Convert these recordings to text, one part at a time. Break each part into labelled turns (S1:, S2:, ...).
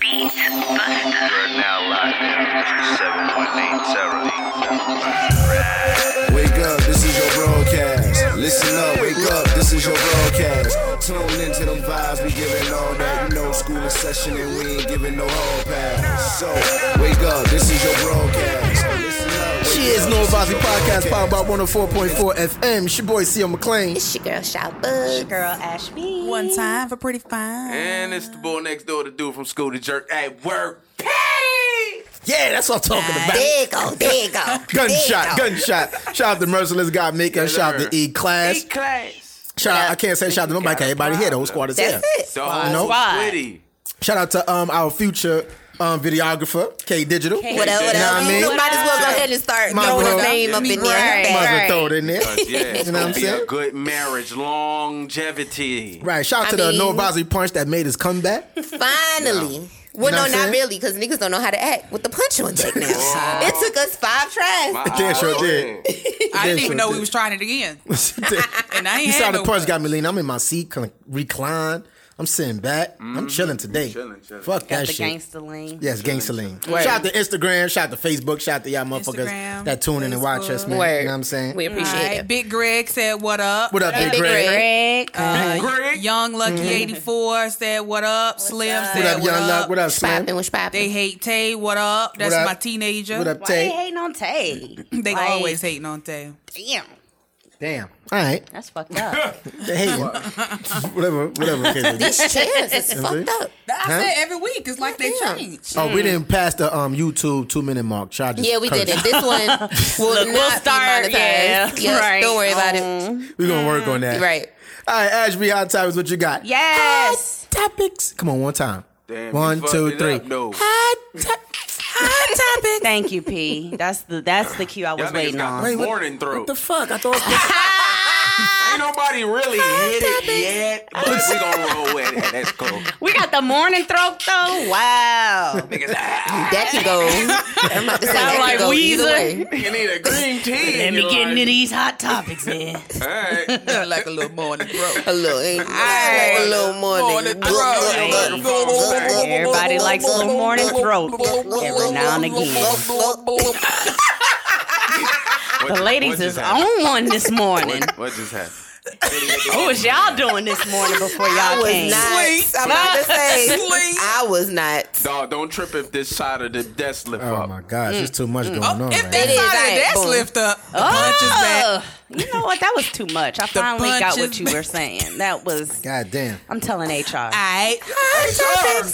S1: Beats Buster.
S2: You're now locked in 718
S3: Wake up, this is your broadcast. Listen up, wake up, this is your broadcast. Tune into them vibes, we giving all that. You know, school in session and we ain't giving no hall pass. So, wake up, this is your broadcast. Listen up, wake
S4: Cheers,
S3: up,
S4: No
S3: this is
S4: Advisory
S3: your
S4: Podcast,
S3: broadcast.
S4: powered by 104.4 FM. It's your boy, CL McLean.
S5: It's your girl, Shout Bug. girl, Ash B.
S6: One time for pretty fine.
S7: And it's the boy next door, the dude from school to jerk at work.
S4: Yeah, that's what I'm talking about.
S5: There you go, there you go.
S4: Gunshot,
S5: There you
S4: gunshot. Shout out to Merciless God Maker. Shout out to E Class.
S7: class.
S4: Shout out, I can't say shout out to nobody. 'cause Everybody here, the whole squad is
S5: That's
S4: here.
S5: it.
S7: The whole
S4: Nope.
S7: squiddy.
S4: Shout out to um our future um videographer, K Digital.
S5: What up, what
S4: You know
S5: up?
S4: what I mean?
S5: You might as well go ahead and start
S4: Might as
S5: throwing
S4: well.
S5: a name up in
S6: Right.
S4: Might as
S5: there.
S4: well throw it in there.
S7: Cause yeah, it's
S4: You know what I'm
S7: gonna be
S4: saying?
S7: a good marriage, longevity.
S4: Right. Shout out
S5: I
S4: to the
S5: mean-
S4: No Advisory Punch that made his comeback.
S5: Finally.
S4: You know
S5: Well,
S4: what
S5: no,
S4: I'm
S5: not
S4: saying?
S5: really, because niggas don't know how to act with the punch on deck now. it took us five tries.
S7: My
S4: Yeah, sure
S7: eyes
S4: did.
S7: open.
S6: I didn't
S4: Yes,
S6: even
S4: sir.
S6: know we was trying it again. And I ain't
S4: you
S6: had
S4: saw the
S6: no
S4: punch got me lean. I'm in my seat, kind of reclined. I'm sitting back. I'm chilling today.
S7: Mm-hmm. Chilling, chilling.
S4: Fuck that shit.
S5: lane.
S4: Yes, gangster lean. Shout out to Instagram. Shout out to Facebook. Shout out to y'all motherfuckers
S6: Instagram,
S4: that tune in and watch us, man.
S5: Word.
S4: You know what I'm saying?
S5: We appreciate
S6: Alright,
S5: it.
S6: Big Greg said, What up?
S4: What up, Big
S5: Big
S4: Greg?
S5: Greg.
S7: Greg.
S6: Young Lucky 84 said, What up? Slim
S4: What
S6: said,
S4: up,
S6: What
S4: Young Luck?
S6: up?
S4: What up,
S5: Poppin'
S4: Slim?
S5: what's poppin'?
S6: They hate Tay. What up? That's
S4: What up?
S6: my teenager.
S4: What up, Tay?
S5: hating on Tay?
S6: They always hating on Tay.
S5: Damn.
S4: Damn. All right.
S5: That's fucked up.
S4: They hating. whatever, whatever. okay, they do.
S5: These chairs is fucked up.
S6: I
S4: Huh?
S6: said every week. It's like they
S5: Goddamn.
S6: change.
S4: Oh, we didn't pass the um YouTube two minute mark. Try just
S5: Yeah, we
S4: curse.
S5: did it. This one will not
S8: we'll
S5: be
S8: start,
S5: monetized.
S8: yeah,
S5: Yes,
S8: right.
S5: Don't worry about
S6: Um,
S4: We're gonna work on that.
S5: it. Right.
S4: All right, Ashby, hot topics. What you got?
S8: Yes.
S4: Hot topics. Come on, one time.
S7: Damn, you
S4: one,
S7: fucked
S4: two,
S7: it
S4: three.
S7: up, though.
S4: Hot to-
S8: Hot topic. Thank you, P. That's the that's the cue I
S7: Y'all
S8: was
S7: niggas
S8: waiting
S7: got
S8: on.
S4: Wait, what-
S7: morning throat.
S4: What the fuck? I thought. I
S7: Ain't nobody really hit it yet, but we gonna roll with it. That's cool.
S8: We got the morning throat though. Wow.
S7: Niggas, ah,
S5: That could go. I'm about to say that
S8: like
S5: could go either
S8: Weezer.
S5: way.
S7: you need a green tea.
S8: Let
S7: in
S8: me
S7: your
S8: get
S7: life.
S8: into these hot topics then.
S7: All right.
S6: like a little more in the throat.
S5: A little, ain't- like a little more than
S8: Everybody likes a little morning throat every now and again.
S7: What
S8: The
S7: ju-
S8: ladies
S7: what
S8: is
S7: just happened?
S8: on one this morning.
S7: What, what just happened?
S8: What was y'all doing this morning before
S5: I
S8: y'all
S5: was
S8: came?
S5: not. I'm about to say,
S6: Sweet.
S5: I was not.
S7: Dog, don't trip if this side of the desk slip
S4: oh
S7: up.
S4: my gosh, there's too much going on.
S6: Oh, If
S4: right
S6: that
S5: is,
S6: side
S5: ain't
S6: of that's
S5: boom.
S6: lift up, the punch
S5: Oh.
S6: is back.
S8: Ugh. You know what? That was too much. I finally
S6: punch
S8: got
S6: is
S8: what you were saying. That was.
S4: God damn.
S8: I'm telling HR.
S6: All right.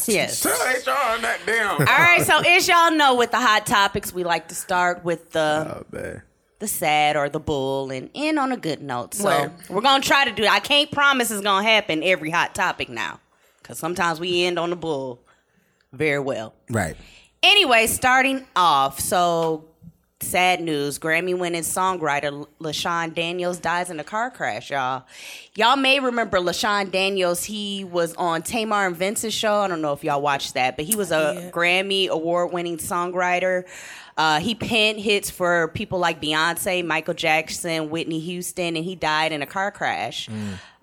S8: Yes.
S7: Tell HR on that damn.
S8: All right, so as y'all know, with the hot topics, we like to start with the
S4: Oh man.
S8: the sad or the bull and end on a good note. So
S5: Word.
S8: we're gonna try to do. I can't promise it's gonna happen every hot topic now, because sometimes we end on the bull very well.
S4: Right.
S8: Anyway, starting off, so sad news: Grammy-winning songwriter Lashawn Daniels dies in a car crash. Y'all, y'all may remember Lashawn Daniels. He was on Tamar and Vince's show. I don't know if y'all watched that, but he was a Grammy award-winning songwriter. Uh, he penned hits for people like Beyonce, Michael Jackson, Whitney Houston, and he died in a car crash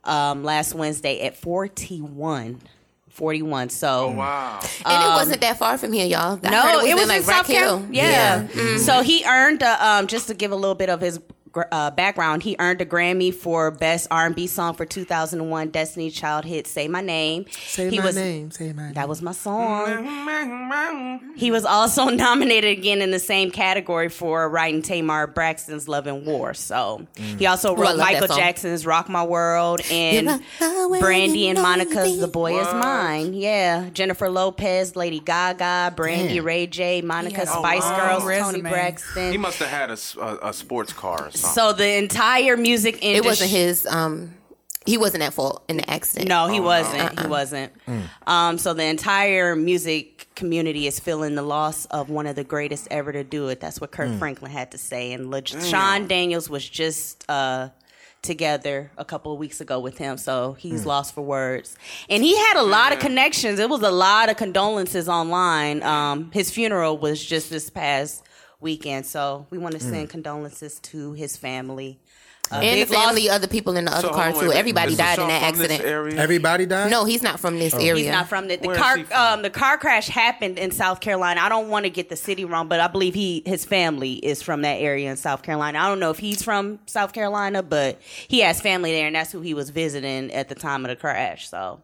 S8: um, last Wednesday at 41. 41. So
S7: Wow.
S5: And it wasn't that far from here, y'all. I heard
S8: No, it
S5: in
S8: was, in,
S5: like Rock
S8: South
S5: Hill.
S8: Carolina. Yeah. Mm-hmm. So he earned a, um, just to give a little bit of his gr- uh, background. He earned a Grammy for Best R&B Song for 2001 Destiny Child hit "Say My Name."
S4: Say
S8: he
S4: my
S8: was,
S4: name. Say my name.
S8: That was my song.
S7: Mmm,
S8: He was also nominated again in the same category for writing Tamar Braxton's "Love and War." So he also
S5: Mm. I
S8: wrote
S5: love that
S8: Michael
S5: song.
S8: Jackson's "Rock My World" and Brandy and Monica's "The Boy Is Mine." Yeah, Jennifer Lopez, Lady Gaga, Brandy,
S4: Damn.
S8: Ray J, Monica,
S5: Oh,
S6: had a
S8: Spice
S6: long
S8: Girls, Tony
S6: resume.
S7: He
S8: Braxton.
S7: must have had a, s- a- a sports car or something.
S8: So the entire music industry.
S5: It wasn't his. Um, he wasn't at fault in the accident.
S8: No, he wasn't. He wasn't. Um, so the entire music community is feeling the loss of one of the greatest ever to do it. That's what Kurt Franklin had to say. And Le- Sean Daniels was just uh, together a couple of weeks ago with him, so he's lost for words. And he had a lot of connections. It was a lot of condolences online. Um, his funeral was just this past weekend, so we want to send condolences to his family.
S5: and the
S8: big loss.
S5: family, other people in the other
S7: So,
S5: car
S7: hold on,
S5: too.
S7: wait a minute.
S5: Everybody
S7: Is
S5: died in
S7: Rashawn
S5: that
S7: from this
S5: accident.
S7: area?
S4: Everybody died.
S5: No, he's not from this area.
S8: He's not from the, the
S7: Where is
S8: car.
S7: he from?
S8: Um, the car crash happened in South Carolina. I don't want to get the city wrong, but I believe he his family is from that area in South Carolina. I don't know if he's from South Carolina, but he has family there, and that's who he was visiting at the time of the crash. So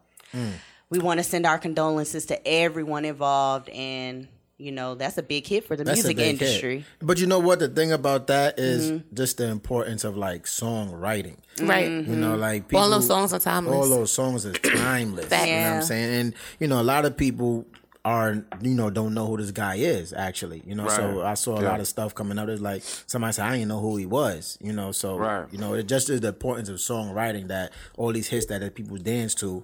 S8: we want to send our condolences to everyone involved, and you know that's a big hit for the
S4: That's a
S8: music
S4: big hit.
S8: industry.
S4: But you know what? The thing about that is just the importance of like songwriting.
S5: right.
S4: You know, like people,
S5: All those songs are timeless.
S4: All those songs are timeless. You know what
S8: Yeah.
S4: I'm saying? And you know, a lot of people are you know don't know who this guy is actually. You know, so
S7: Right.
S4: I saw a
S7: Yeah.
S4: lot of stuff coming out. It's like somebody said I didn't know who he was. You know, so
S7: Right.
S4: you know it just is the importance of songwriting that all these hits that, that people dance to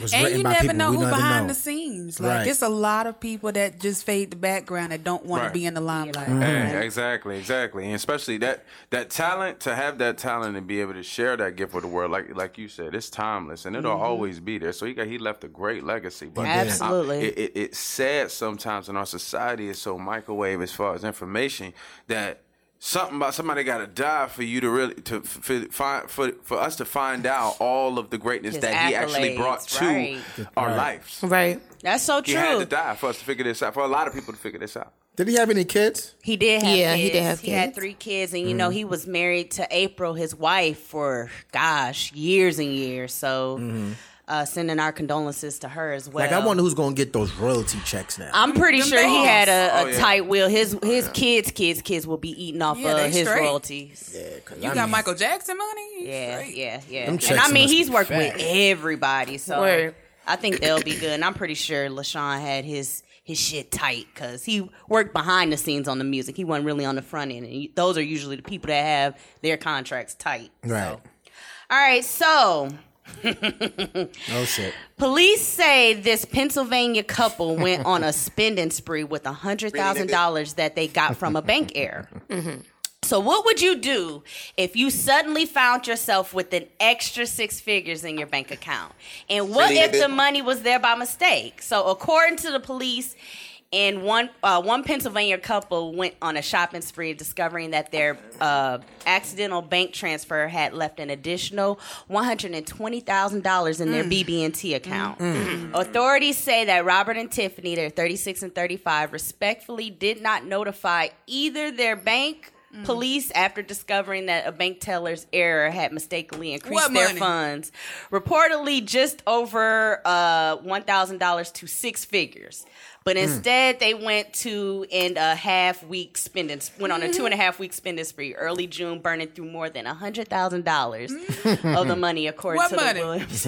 S4: was
S6: And
S4: written
S6: you
S4: by
S6: never
S4: people
S6: know
S4: we
S6: who
S4: never
S6: behind
S4: know.
S6: the scenes. Like
S4: Right.
S6: it's a lot of people that just fade the background and don't want
S7: Right.
S6: to be in the limelight.
S4: Mm-hmm.
S8: Mm-hmm.
S7: Yeah, exactly, exactly, and especially that that talent to have that talent and be able to share that gift with the world, like like you said, it's timeless and it'll always be there. So he got he left a great legacy, but
S8: Mm-hmm. Yeah. Absolutely.
S7: I- it, it, it's sad sometimes in our society is so microwave as far as information that something about somebody got to die for you to really to for, find for for us to find out all of the greatness
S8: His
S7: that he actually
S8: accolades,
S7: brought to
S8: right.
S7: our
S4: Right.
S7: lives.
S5: Right.
S8: That's so
S7: He
S8: true.
S7: had to die for us to figure this out. For a lot of people to figure this out.
S4: Did he have any kids?
S8: He did have
S5: Yeah,
S8: kids.
S5: he did have
S8: He had
S5: kids.
S8: three kids, and you know,
S7: Mm-hmm.
S8: he was married to April, his wife, for gosh, years and years. So,
S7: Mm-hmm.
S8: uh, sending our condolences to her as well.
S4: Like I wonder who's gonna get those royalty checks now.
S8: I'm pretty
S6: Them
S8: sure he
S6: dogs.
S8: had a, a
S7: Oh, yeah.
S8: tight will. His his kids, kids, kids will be eating off
S6: Yeah,
S8: uh,
S6: they
S8: his
S6: straight.
S8: royalties.
S4: Yeah, 'cause
S6: You
S4: I
S6: got
S4: mean,
S6: Michael Jackson money.
S8: Yeah,
S6: Straight.
S8: yeah, yeah.
S4: Them
S8: And
S4: checks
S8: I mean,
S4: must
S8: he's
S4: be
S8: worked
S4: fat.
S8: with everybody, so
S5: Word.
S8: I think they'll be good. And I'm pretty sure LaShawn had his his shit tight because he worked behind the scenes on the music. He wasn't really on the front end, and you- those are usually the people that have their contracts tight.
S4: Right.
S8: All right, so
S4: Oh shit.
S8: Police say this Pennsylvania couple went on a spending spree with $100,000 that they got from a bank error. So, what would you do if you suddenly found yourself with an extra six figures in your bank account? And what if the money was there by mistake? So, according to the police, and one uh, one Pennsylvania couple went on a shopping spree, discovering that their uh, accidental bank transfer had left an additional one hundred and twenty thousand dollars in their
S6: Mm.
S8: BB&T account. Authorities say that Robert and Tiffany, they're thirty six and thirty five, respectfully did not notify either their bank.
S6: Mm.
S8: Police, after discovering that a bank teller's error had mistakenly increased
S6: What
S8: their
S6: money?
S8: funds, reportedly just over uh, $1,000 to six figures. But
S6: Hmm.
S8: instead, they went to and a half week spending, went on a two and a half week spending spree early June, burning through more than $100,000 of the money, according
S6: What
S8: to
S6: money?
S8: the Williams.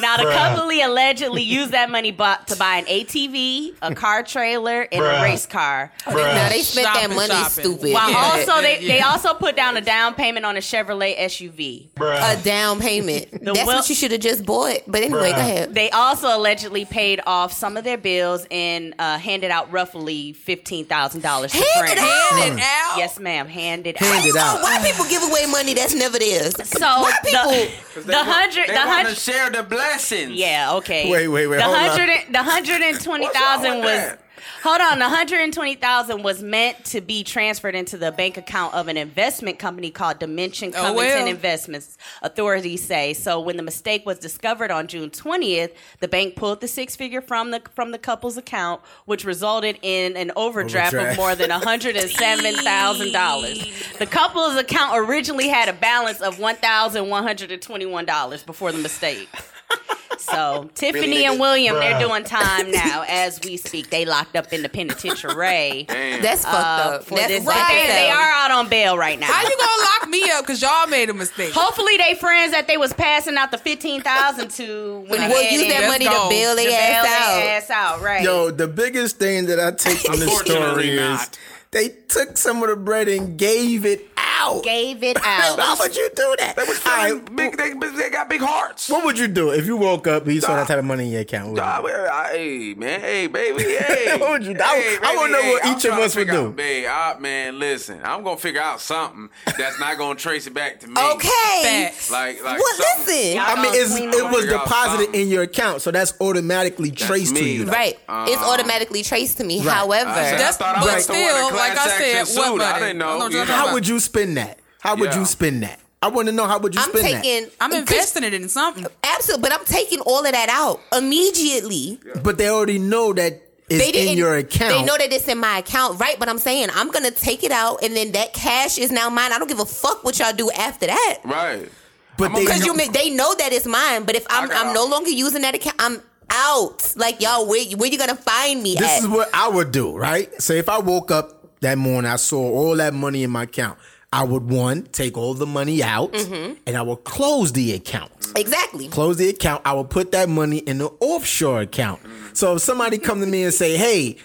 S8: now, the couple allegedly used that money bu- to buy an ATV, a car trailer, and a race car.
S5: Now they spent that
S6: Shopping,
S5: money
S6: shopping.
S5: stupid.
S8: While also, they,
S6: yeah.
S8: they also put down a down payment on a Chevrolet SUV.
S5: a down payment. That's
S8: wel-
S5: what you should have just bought. But anyway, go ahead.
S8: They also allegedly paid off some of their bills and uh, handed out roughly fifteen thousand dollars to
S5: Hand it
S8: friends.
S5: out.
S6: And out.
S8: Yes, ma'am. Handed
S4: Handed
S8: out.
S4: out.
S5: Why people give away money that's never theirs?
S8: So the,
S7: They
S8: the
S7: want-
S8: hundred,
S7: they
S8: the
S7: wanna
S8: hundred.
S7: share the blessings.
S8: Yeah. Okay.
S4: Wait, wait, wait,
S8: The
S4: hold on.
S8: hundred, and- the hundred and twenty thousand
S7: What's wrong with
S8: was. Hold on, the hundred and twenty thousand was meant to be transferred into the bank account of an investment company called Dimension
S6: Oh,
S8: Covington
S6: well.
S8: Investments. Authorities say so. When the mistake was discovered on June twentieth, the bank pulled the six figure from the from the couple's account, which resulted in an overdraft, of
S4: Overdraft.
S8: more than hundred and seven thousand dollars. The couple's account originally had a balance of one thousand one hundred and twenty one dollars before the mistake. So Tiffany and William, they're doing time now as we speak. They locked up in the penitentiary. uh,
S5: That's fucked up.
S8: For
S5: That's
S8: this,
S5: fucked
S8: but they, they
S5: up.
S8: are out on bail right now.
S6: How you gonna lock me up? Cause y'all made a mistake.
S8: Hopefully, they friends that they was passing out the fifteen thousand to went
S5: We'll
S8: ahead
S5: use
S8: and-
S5: that
S6: Let's
S5: money
S6: go.
S5: to bail
S8: to
S5: their
S8: bail
S5: ass out.
S8: their ass out. Right?
S4: Yo, the biggest thing that I take from this story
S7: Unfortunately
S4: is
S7: not.
S4: they took some of the bread and gave it out.
S8: gave it
S4: How
S8: out.
S4: would you do that?
S7: They was
S4: All right,
S7: feeling big. They, they got big hearts.
S4: what would you do if you woke up and you saw that type of money in your account? What would you
S7: Nah,
S4: do?
S7: well, I- hey man, hey baby, hey.
S4: What would you do? I- I wanna know what each of
S7: trying to
S4: us would
S7: figure
S4: do.
S7: Out, babe, I, man, listen, I'm gonna figure out something that's not gonna trace it back to me.
S5: Okay.
S6: Facts.
S7: like like
S5: Well,
S7: something-
S5: listen.
S8: Y'all
S4: I mean, it's,
S8: clean
S4: it
S8: up.
S4: was
S7: Figure out
S4: deposited
S7: something.
S4: in your account, so that's automatically traced to
S7: me.
S4: you.
S5: Right. it's
S7: Um,
S5: automatically traced to me.
S4: Right.
S5: However,
S7: I said, I
S6: That's-
S7: thought I
S6: but
S7: was the one
S6: still,
S7: in
S6: like I
S7: class
S6: said,
S7: action
S6: what
S7: suit. I
S6: money?
S7: didn't know.
S6: I don't know what
S7: you
S6: you're
S7: know.
S6: talking
S4: How would you spend that? How would
S7: Yeah.
S4: you spin that? I want to know how would you
S5: I'm
S4: spin
S5: taking.
S6: I'm investing it in something.
S5: Absolutely, but I'm taking all of that out immediately.
S4: that? But they already know that it's in your account.
S5: They know that it's in my account, right? But I'm saying I'm gonna take it out, and then that cash is now mine. I don't give a fuck what y'all do after that,
S7: Right.
S4: but they
S5: because
S4: know-
S5: you ma- they know that it's mine. But if I'm
S7: got
S5: I'm no longer using that account, I'm out. Like y'all, where where you gonna find me
S4: This
S5: at?
S4: is what I would do, right? So if I woke up that morning, I saw all that money in my account. I would one take all the money out,
S5: Mm-hmm.
S4: and I would close the account.
S5: exactly.
S4: Close the account. I would put that money in the offshore account. So if somebody come to me and say, "Hey,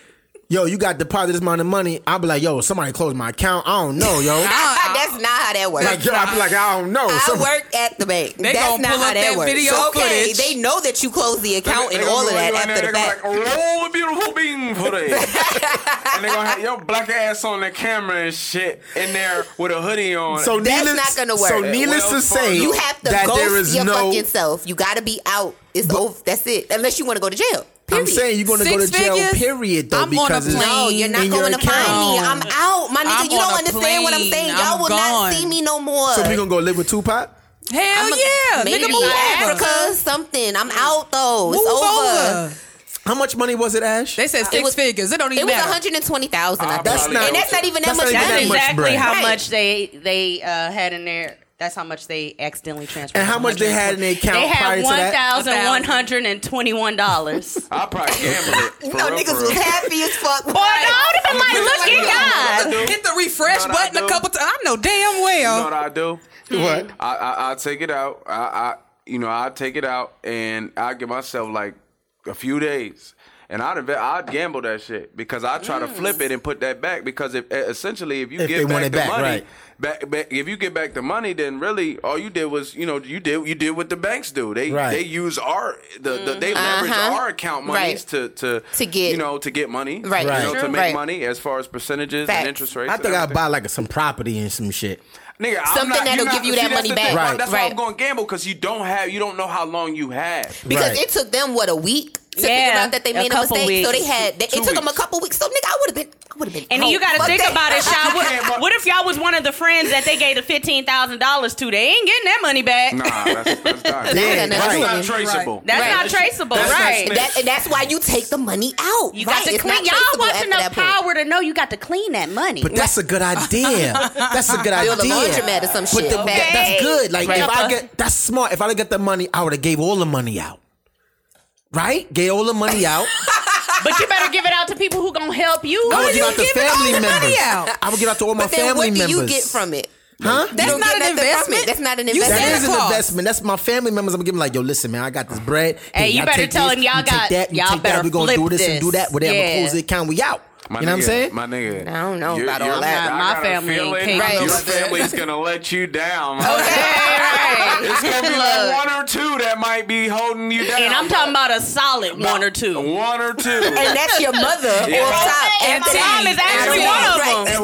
S4: yo, you got deposited this amount of money," I'll be like, "Yo, somebody closed my account. I don't know, yo."
S6: Uh-uh.
S5: That's not how that works.
S4: like, yo, I'll be like, "I don't know."
S5: I
S4: Some-
S5: work at the bank.
S6: They
S5: That's
S6: gonna
S5: not
S6: pull
S5: how
S6: up
S5: that,
S6: that
S5: works.
S6: video
S5: okay,
S6: footage.
S5: they know that you close the account and all of that after the fact.
S7: Like, Roll the beautiful bean for that. and they gonna have your black ass on the camera and shit in there with a hoodie on.
S4: So
S5: That's
S4: needless,
S5: not gonna
S4: So
S5: work.
S4: needless
S7: Well,
S4: to say,
S5: You have to
S4: that
S5: ghost
S4: there is
S5: your
S4: no.
S5: fucking self. You got to be out. It's over. That's it. Unless you want to go to jail.
S4: I'm
S5: Period.
S4: saying you're going to go to
S6: Six
S4: jail.
S6: figures?
S4: Period. Though
S6: I'm on a
S4: because it's
S6: plane.
S5: no, you're not
S4: in your
S5: going to find me. I'm
S4: account.
S5: out, my nigga.
S6: I'm
S5: you
S6: on
S5: don't
S6: a
S5: understand what I'm
S6: plane.
S5: saying. Y'all
S6: I'm
S5: will not
S6: gone.
S5: see me no more.
S4: So we gonna go live with Tupac?
S8: Oh,
S6: Hell
S5: I'm a-
S6: yeah,
S5: maybe
S6: nigga, move over.
S5: Africa, something. I'm out though. It's
S6: Move
S5: over.
S6: over.
S4: How much money was it, Ash?
S6: They said six
S5: was-
S6: figures. It don't
S5: It
S6: even
S5: was
S6: matter.
S5: 120,000. I think.
S7: That's
S5: and
S7: not-
S5: that's not even that
S4: that's not
S5: much
S4: even that
S5: money.
S8: That's
S4: much
S8: exactly
S4: bread.
S8: how
S5: Right.
S8: much they they uh, had in their. That's how much they accidentally transferred.
S4: And how much they had in their account
S8: They
S4: prior
S8: had
S4: to
S8: one
S4: that?
S8: thousand one hundred and twenty-one dollars.
S7: I probably gamble it.
S5: You
S7: for
S5: know,
S7: real,
S5: niggas
S7: for
S5: was
S7: real.
S5: happy as fuck.
S8: Boy, I would have been like,
S7: Look
S8: look
S7: at
S8: at God.
S6: Hit the refresh
S7: Not I
S6: button
S7: do.
S6: a couple times. I know damn
S7: You know
S6: well.
S7: what I do? What? I, I I take it out. I, I you know I take it out and I give myself like a few days. And I'd inve- I'd gamble that shit because I try to flip it and put that back because if e, essentially if you
S4: If they
S7: get
S4: want
S7: back the
S4: it back,
S7: money,
S4: right.
S7: back, back, if you get back the money, then really all you did was you know you did you did what the banks do. They
S4: Right.
S7: they use our the, the they leverage
S5: Uh-huh.
S7: our account monies
S5: Right.
S7: to, to
S5: To get-
S7: you know to get money
S5: Right.
S7: you know,
S4: Right.
S7: to
S5: True.
S7: make
S5: Right.
S7: money as far as percentages
S5: Facts.
S7: and interest rates.
S4: I
S7: and
S4: think I'd
S7: everything.
S4: buy like some property and some shit.
S7: Nigga, I'm
S5: Something
S7: not,
S5: that'll
S7: you're not,
S5: give you
S7: see,
S5: that
S7: that's
S5: money
S7: the thing,
S5: back.
S7: That's why
S5: Right.
S7: I'm going to gamble because you don't have, you don't know how long you have.
S5: because
S4: Right.
S5: it took them what a week to figure
S8: Yeah,
S5: out that they
S8: a
S5: made a,
S8: couple
S5: mistake. So
S8: weeks.
S5: they had they, it
S7: Two
S5: took them a
S7: weeks.
S5: couple weeks. So nigga, I would have been, I would have been.
S8: And then you got to think about it, Sean.
S7: can't
S8: What,
S7: bu-
S8: what if y'all was one of the friends that they gave the fifteen thousand dollars to? They ain't getting that money back.
S7: Nah, that's, that's not,
S4: Yeah,
S7: that's not
S5: right.
S7: traceable.
S8: That's
S5: Right.
S8: not traceable,
S7: That's not
S8: right?
S7: snitch.
S5: That, and that's why you take the money out.
S8: you
S5: right?
S8: got to
S5: It's
S8: clean.
S5: not
S8: Y'all
S5: traceable
S8: wasn't
S5: after
S8: enough
S5: that point.
S8: power to know you got to clean that money.
S4: But that's a good idea. That's a good idea.
S5: Build a laundromat or some
S4: But
S5: shit.
S4: the-
S5: Okay.
S4: that- that's good. Like if I
S8: Peppa.
S4: get that's smart. If I get the money, I would have gave all the money out. Right? Gave all the money out.
S8: but you better give it out to people who gonna help you.
S4: I would give out to
S6: giving all
S4: family
S6: the money
S4: members.
S6: out?
S4: I would give out to all my
S5: But then
S4: family
S5: what do
S4: members.
S5: you get from it?
S4: Huh?
S5: You
S6: That's
S5: don't
S6: not
S5: get
S6: an
S5: nothing from it.
S6: investment.
S5: That's not an
S6: You
S5: investment.
S6: Santa
S4: That is an
S6: Claus.
S4: investment. That's my family members. I'm gonna give them like, yo, listen, man, I got this bread.
S8: Hey, you
S4: y'all
S8: better
S4: take
S8: tell
S4: this,
S8: them y'all
S4: you take
S8: got-
S4: that, you
S8: y'all
S4: take that.
S8: better
S4: We gonna do
S8: flip
S4: this, and do
S8: this.
S4: that. Whatever,
S8: Yeah.
S4: close the account. We out.
S7: My
S4: you know what I'm
S7: nigga,
S4: saying?
S7: My nigga.
S5: I don't know
S7: Your-
S5: about all
S7: your-
S5: that.
S7: I
S8: My
S7: got a
S8: family ain't
S7: feeling
S8: capable
S5: Right.
S7: Your
S5: of that.
S7: family's going to let you down. It's
S8: right.
S7: going to be
S8: Look.
S7: like one or two that might be holding you down.
S8: and I'm talking about a solid one or two.
S7: One or two.
S5: And that's your mother
S7: Yeah.
S5: on top.
S8: And
S5: after
S8: mom
S5: that.
S8: is
S5: After
S8: actually one
S5: that.
S8: of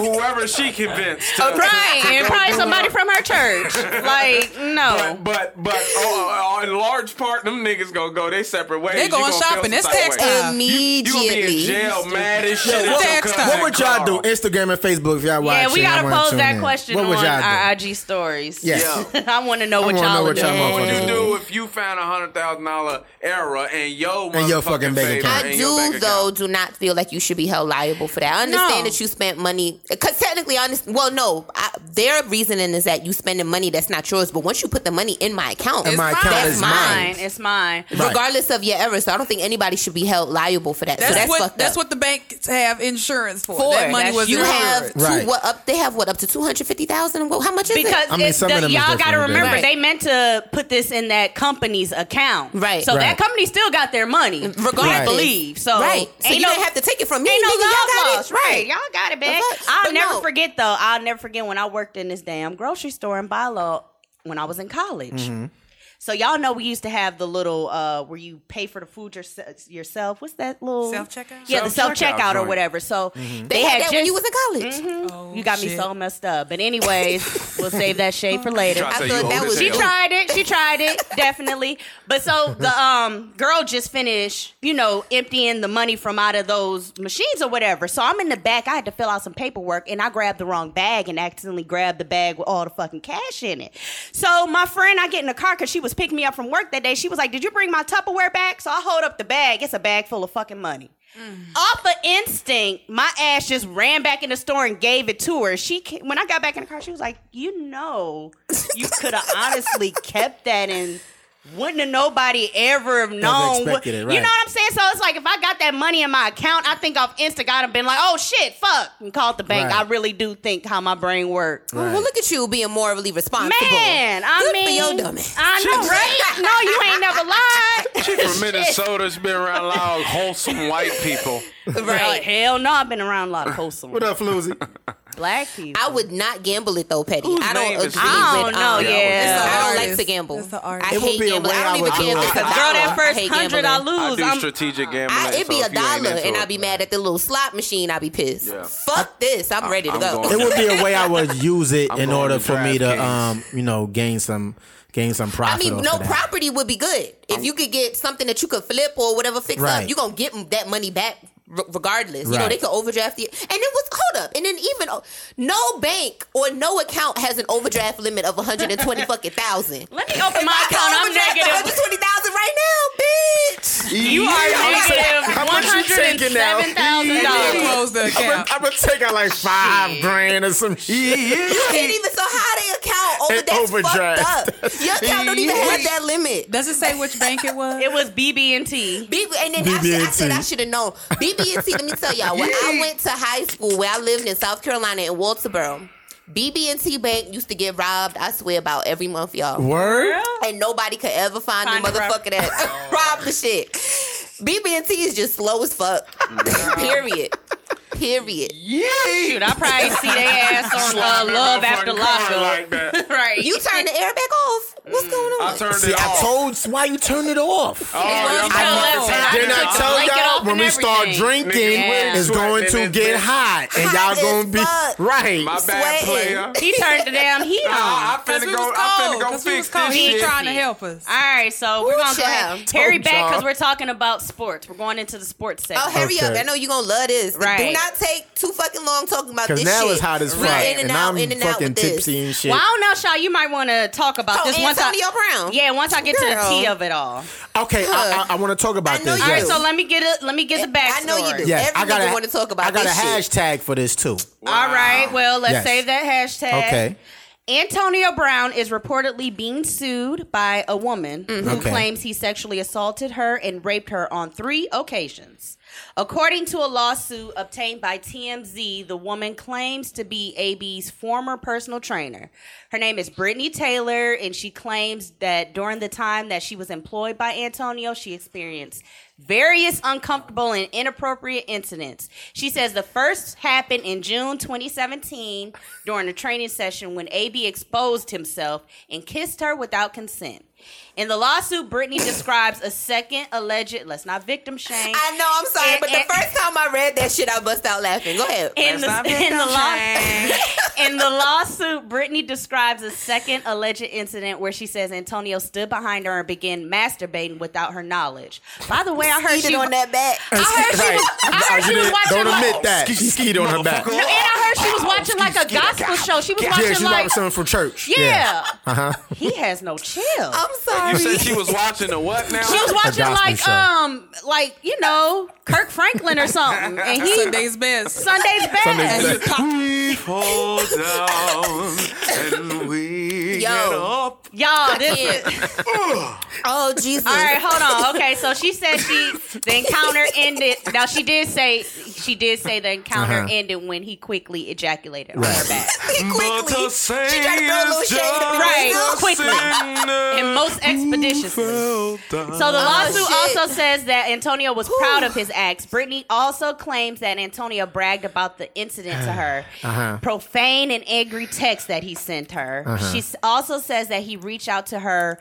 S5: Right.
S7: and whoever she convinced.
S5: Oh,
S7: to-
S8: Right, and probably somebody from her church. Like, no.
S7: But but but oh, oh, in large part, them niggas gonna go they separate ways.
S6: They
S7: You
S6: going
S7: gonna feel
S6: shopping.
S7: some
S6: It's
S7: type of
S6: tax
S7: way.
S6: time.
S7: Uh, You gonna be in
S5: Immediately.
S7: jail, mad as shit.
S6: what-
S7: It's gonna come
S4: What would y'all do?
S7: back.
S4: Instagram and Facebook if y'all watching.
S8: yeah, we
S4: I
S8: gotta
S4: wanna
S8: pose
S4: tune
S8: that
S4: in.
S8: question
S4: What would
S8: on
S4: y'all do?
S8: our IG stories.
S4: Yes.
S8: I want to know what
S4: wanna know
S8: y'all are
S4: what y'all
S8: doing.
S7: What would
S4: motherfuckers
S7: you do if you found a hundred thousand dollar error and yo
S4: In your fucking bank account.
S5: I do though do not feel like you should be held liable for that. I understand
S6: No.
S5: that you spent money because technically, I understand. Well, no, I, their reasoning is that you spending money that's not yours. But once you put the money in my account,
S4: And my
S6: It's
S4: account
S6: mine.
S4: is
S5: That's
S4: mine.
S8: Mine, it's mine.
S4: Right.
S5: regardless of your error, so I don't think anybody should be held liable for that.
S6: That's,
S5: so that's
S6: what
S5: fucked
S6: that's
S5: up.
S6: what the banks have insurance for.
S8: For,
S6: that money
S8: that's
S6: was
S5: you
S8: yours.
S5: have.
S6: insurance.
S5: Two,
S4: Right.
S5: what up? They have what up to two hundred fifty thousand. Well, how much is
S8: Because
S5: it?
S4: I mean,
S8: it's
S4: some of
S8: the,
S4: them is
S8: y'all got to
S4: different,
S8: remember
S4: right.
S8: they meant to put this in that company's account,
S5: Right.
S8: So
S4: Right.
S8: that company still got their money,
S5: Regardless.
S8: I believe so.
S5: right. So
S8: oh, ain't
S5: you
S8: no,
S5: didn't have to take it from me.
S8: Ain't no
S5: nigga, y'all
S8: love
S5: got
S8: lost,
S5: it.
S8: right. Y'all got it back.
S5: But-
S8: I'll
S5: but
S8: never
S5: no.
S8: forget though.
S4: Mm-hmm.
S8: I'll never forget when I worked in this damn grocery store in Bilo when I was in college. So y'all know we used to have the little uh, where you pay for the food yourse- yourself. What's that little
S6: Self-checkout?
S8: Yeah, the self
S7: Self-checkout
S8: checkout or
S7: joint.
S8: whatever. So
S4: Mm-hmm.
S5: They, had, that
S8: just, Mm-hmm.
S5: when you was in college.
S6: Oh,
S8: you got me
S6: shit.
S8: so messed up. But anyways, we'll save that shade for later.
S7: Tryna
S5: I
S7: say
S5: thought
S7: you
S5: that
S7: old
S5: was-
S7: as
S8: She
S7: hell.
S8: tried it. She tried it, definitely. But so the um girl just finished, you know, emptying the money from out of those machines or whatever. So I'm in the back. I had to fill out some paperwork, and I grabbed the wrong bag and accidentally grabbed the bag with all the fucking cash in it. So my friend, I get in the car because she was picking me up from work that day. She was like, "Did you bring my Tupperware back?" So I hold up the bag. It's a bag full of fucking money.
S4: Mm.
S8: Off of instinct, my ass just ran back in the store and gave it to her. She ca- when I got back in the car, she was like, "You know, you could have honestly kept that and wouldn't have nobody ever have known." what-
S4: expected it,
S8: You
S4: right.
S8: know what I'm saying? So it's like if I got that money in my account, I think off instinct I'd have been like, "Oh shit, fuck," and called the bank.
S4: Right.
S8: I really do think how my brain works.
S5: Well, look at you being morally responsible.
S8: Man, I
S5: Good
S8: mean,
S5: for your dumb ass.
S8: I know, right? no, you ain't never lied.
S7: She from Minnesota. She been around a lot of wholesome white people.
S8: Right.
S5: Right.
S8: hell no, I've been around a lot of wholesome
S4: What up, Floozy?
S8: black people.
S5: I would not gamble it though, Petty.
S7: Whose
S5: I don't
S7: name
S5: agree
S7: is
S5: with.
S7: Floozy? I
S8: don't know,
S5: um,
S8: yeah. It's the
S5: I don't
S6: artist.
S5: like to gamble.
S6: It's the artist.
S5: I
S4: It would
S5: hate
S4: be a
S5: gambling.
S4: way
S5: I
S4: I
S5: don't
S4: would
S5: even
S4: do
S5: gamble.
S4: it.
S5: It's a
S7: Girl,
S5: dollar.
S8: Girl, that
S5: I
S8: first
S5: hate
S8: hundred I
S5: gambling.
S7: I
S8: lose.
S7: do
S8: I'm,
S7: strategic gambling.
S5: I, it'd
S7: so
S5: be a
S7: if you ain't
S5: dollar,
S7: into
S5: and
S7: it-
S5: I'd be mad at the little slot machine. I'd be pissed.
S7: Yeah.
S5: Fuck this. I'm ready to
S7: I'm
S5: go.
S7: going-
S4: it would be a way I would use it
S7: I'm
S4: in
S7: going
S4: order
S7: to
S4: for me to,
S7: DraftKings.
S4: um, you know, gain some, gain some
S5: I
S4: profit.
S5: mean,
S4: off
S5: no
S4: of that.
S5: property would be good if you could get something that you could flip or whatever fix
S4: Right.
S5: up. You are gonna get that money back r- regardless. You know
S4: Right.
S5: they could overdraft it, and it was hold up, and then even oh, no bank or no account has an overdraft limit of one hundred and twenty fucking thousand.
S8: let me open my account. I'm
S5: One
S8: negative.
S5: hundred twenty thousand right now, bitch.
S8: You are negative
S4: How
S8: one
S4: much you
S8: hundred and
S4: taking now?
S8: seven thousand
S6: They
S8: dollars.
S6: closed the account.
S4: I'm gonna take out like five grand or some shit.
S5: You can't even. So how they account over
S4: An
S5: that's
S4: overdraft.
S5: fucked up. Your account don't even have that limit.
S6: Does it say which bank it was?
S8: It was BB and T.
S5: B- and then I, should, I said
S4: BB&T.
S5: I should have known. BB&T, let me tell y'all, when I went to high school, where I lived in South Carolina in Walterboro, BB&T Bank used to get robbed, I swear, about every month, y'all.
S4: Word.
S5: And nobody could ever find,
S8: Find
S5: the
S8: the
S5: motherfucker that robbed the shit. BB&T is just slow as fuck. Period. Period.
S8: Shoot, I probably see their ass on uh, Love After Lockup.
S7: that.
S8: Right.
S5: You turn the air back off.
S4: Mm.
S5: What's going on?
S7: I turned
S4: See,
S7: it
S4: I
S7: off.
S4: told why you turn it off.
S7: Oh, y'all
S8: I
S7: motherfuckers
S8: know.
S7: had
S4: Then
S7: it
S4: I
S8: took
S7: off.
S8: the
S4: told
S8: blanket off
S4: y'all
S8: and
S4: when we start
S8: everything.
S4: drinking,
S7: Niggas
S4: it's going to
S7: sweating in
S4: get
S7: this bitch.
S4: hot, and
S5: Hot
S4: y'all
S5: as
S4: gonna be
S5: fuck.
S4: right.
S7: My bad,
S5: sweating.
S7: player.
S8: He turned the damn heat
S7: Nah,
S8: on.
S7: I finna go.
S6: Oh,
S7: I finna go fix this
S6: He
S7: shit.
S6: trying to help us.
S8: All right, so we're
S5: Ooh,
S8: gonna go ahead.
S5: child.
S8: Harry back
S4: y'all.
S8: because we're talking about sports. We're going into the sports section.
S5: Oh, hurry up.
S4: Okay.
S5: I know you're going to love this. Do
S8: Right.
S5: not take too fucking long talking about this
S4: Because now
S5: shit.
S4: it's hot as
S5: We
S4: fuck,
S5: In and,
S4: and,
S5: out,
S4: I'm
S5: in and out
S4: fucking
S5: with this.
S4: tipsy and shit.
S8: well, I don't know, Shaw. You might want to talk about
S5: Oh,
S8: this once
S5: Antonio
S8: I,
S5: Brown.
S8: Yeah, once I get to the
S5: Girl.
S8: tea of it all.
S4: Okay, I, I, I want to talk about
S5: I know
S4: this.
S5: you
S8: All right,
S4: Yes,
S5: do.
S8: so let me get a, let me get the backstory.
S5: I know you do.
S4: yes.
S5: Every
S4: I got
S5: nigga
S4: a
S5: wanna talk about
S4: I got
S5: this
S4: a
S5: shit.
S4: hashtag for this too.
S8: All right. Well, let's
S4: Yes.
S8: save that hashtag.
S4: Okay.
S8: Antonio Brown is reportedly being sued by a woman who
S4: Okay.
S8: claims he sexually assaulted her and raped her on three occasions. According to a lawsuit obtained by TMZ, the woman claims to be AB's former personal trainer. Her name is Brittany Taylor, and she claims that during the time that she was employed by Antonio, she experienced various uncomfortable and inappropriate incidents. She says the first happened in June 2017 during a training session when AB exposed himself and kissed her without consent. In the lawsuit, Brittany describes a second alleged, let's not victim shame.
S5: I know, I'm sorry,
S8: And-
S5: but the
S8: and-
S5: first time I read that shit, I bust out laughing. Go ahead.
S8: in the,
S6: Let's not
S8: in, the
S6: victim
S8: law, in the lawsuit, Brittany describes a second alleged incident where she says Antonio stood behind her and began masturbating without her knowledge. By the way, I heard
S5: Eat
S8: she
S5: it on that back.
S8: I heard she
S4: Right.
S8: was, I heard she was watching
S4: Don't
S8: like-
S4: admit that. She skied on her back.
S8: And I heard she was watching like a gospel show. She was
S4: Yeah,
S8: watching
S4: she like
S8: like
S4: something from church.
S8: yeah. He has no chill.
S5: I'm sorry.
S7: You said she was watching the what now?
S8: She was watching
S4: gospel
S8: like
S4: show.
S8: um like you know Kirk Franklin or something, and he
S6: Sunday's best.
S8: Sunday's best.
S4: Sunday's
S7: We fall down and we get up.
S8: Y'all, this is.
S5: Oh, Jesus.
S8: All right, hold on. Okay, so she said she the encounter ended. Now she did say she did say the encounter
S4: Uh-huh.
S8: ended when he quickly ejaculated on her
S4: Right.
S8: back.
S7: But
S5: quickly. She
S7: the same
S5: tried to throw a little
S7: is
S5: shade at me.
S8: Right,
S7: just
S8: quickly.
S7: a
S8: And most expeditiously.
S7: sinner down.
S8: So the lawsuit
S5: shit.
S8: also says that Antonio was proud of his acts. Brittany also claims that Antonio bragged about the incident to her, profane and angry texts that he sent her. She s- also says that he reached out to her.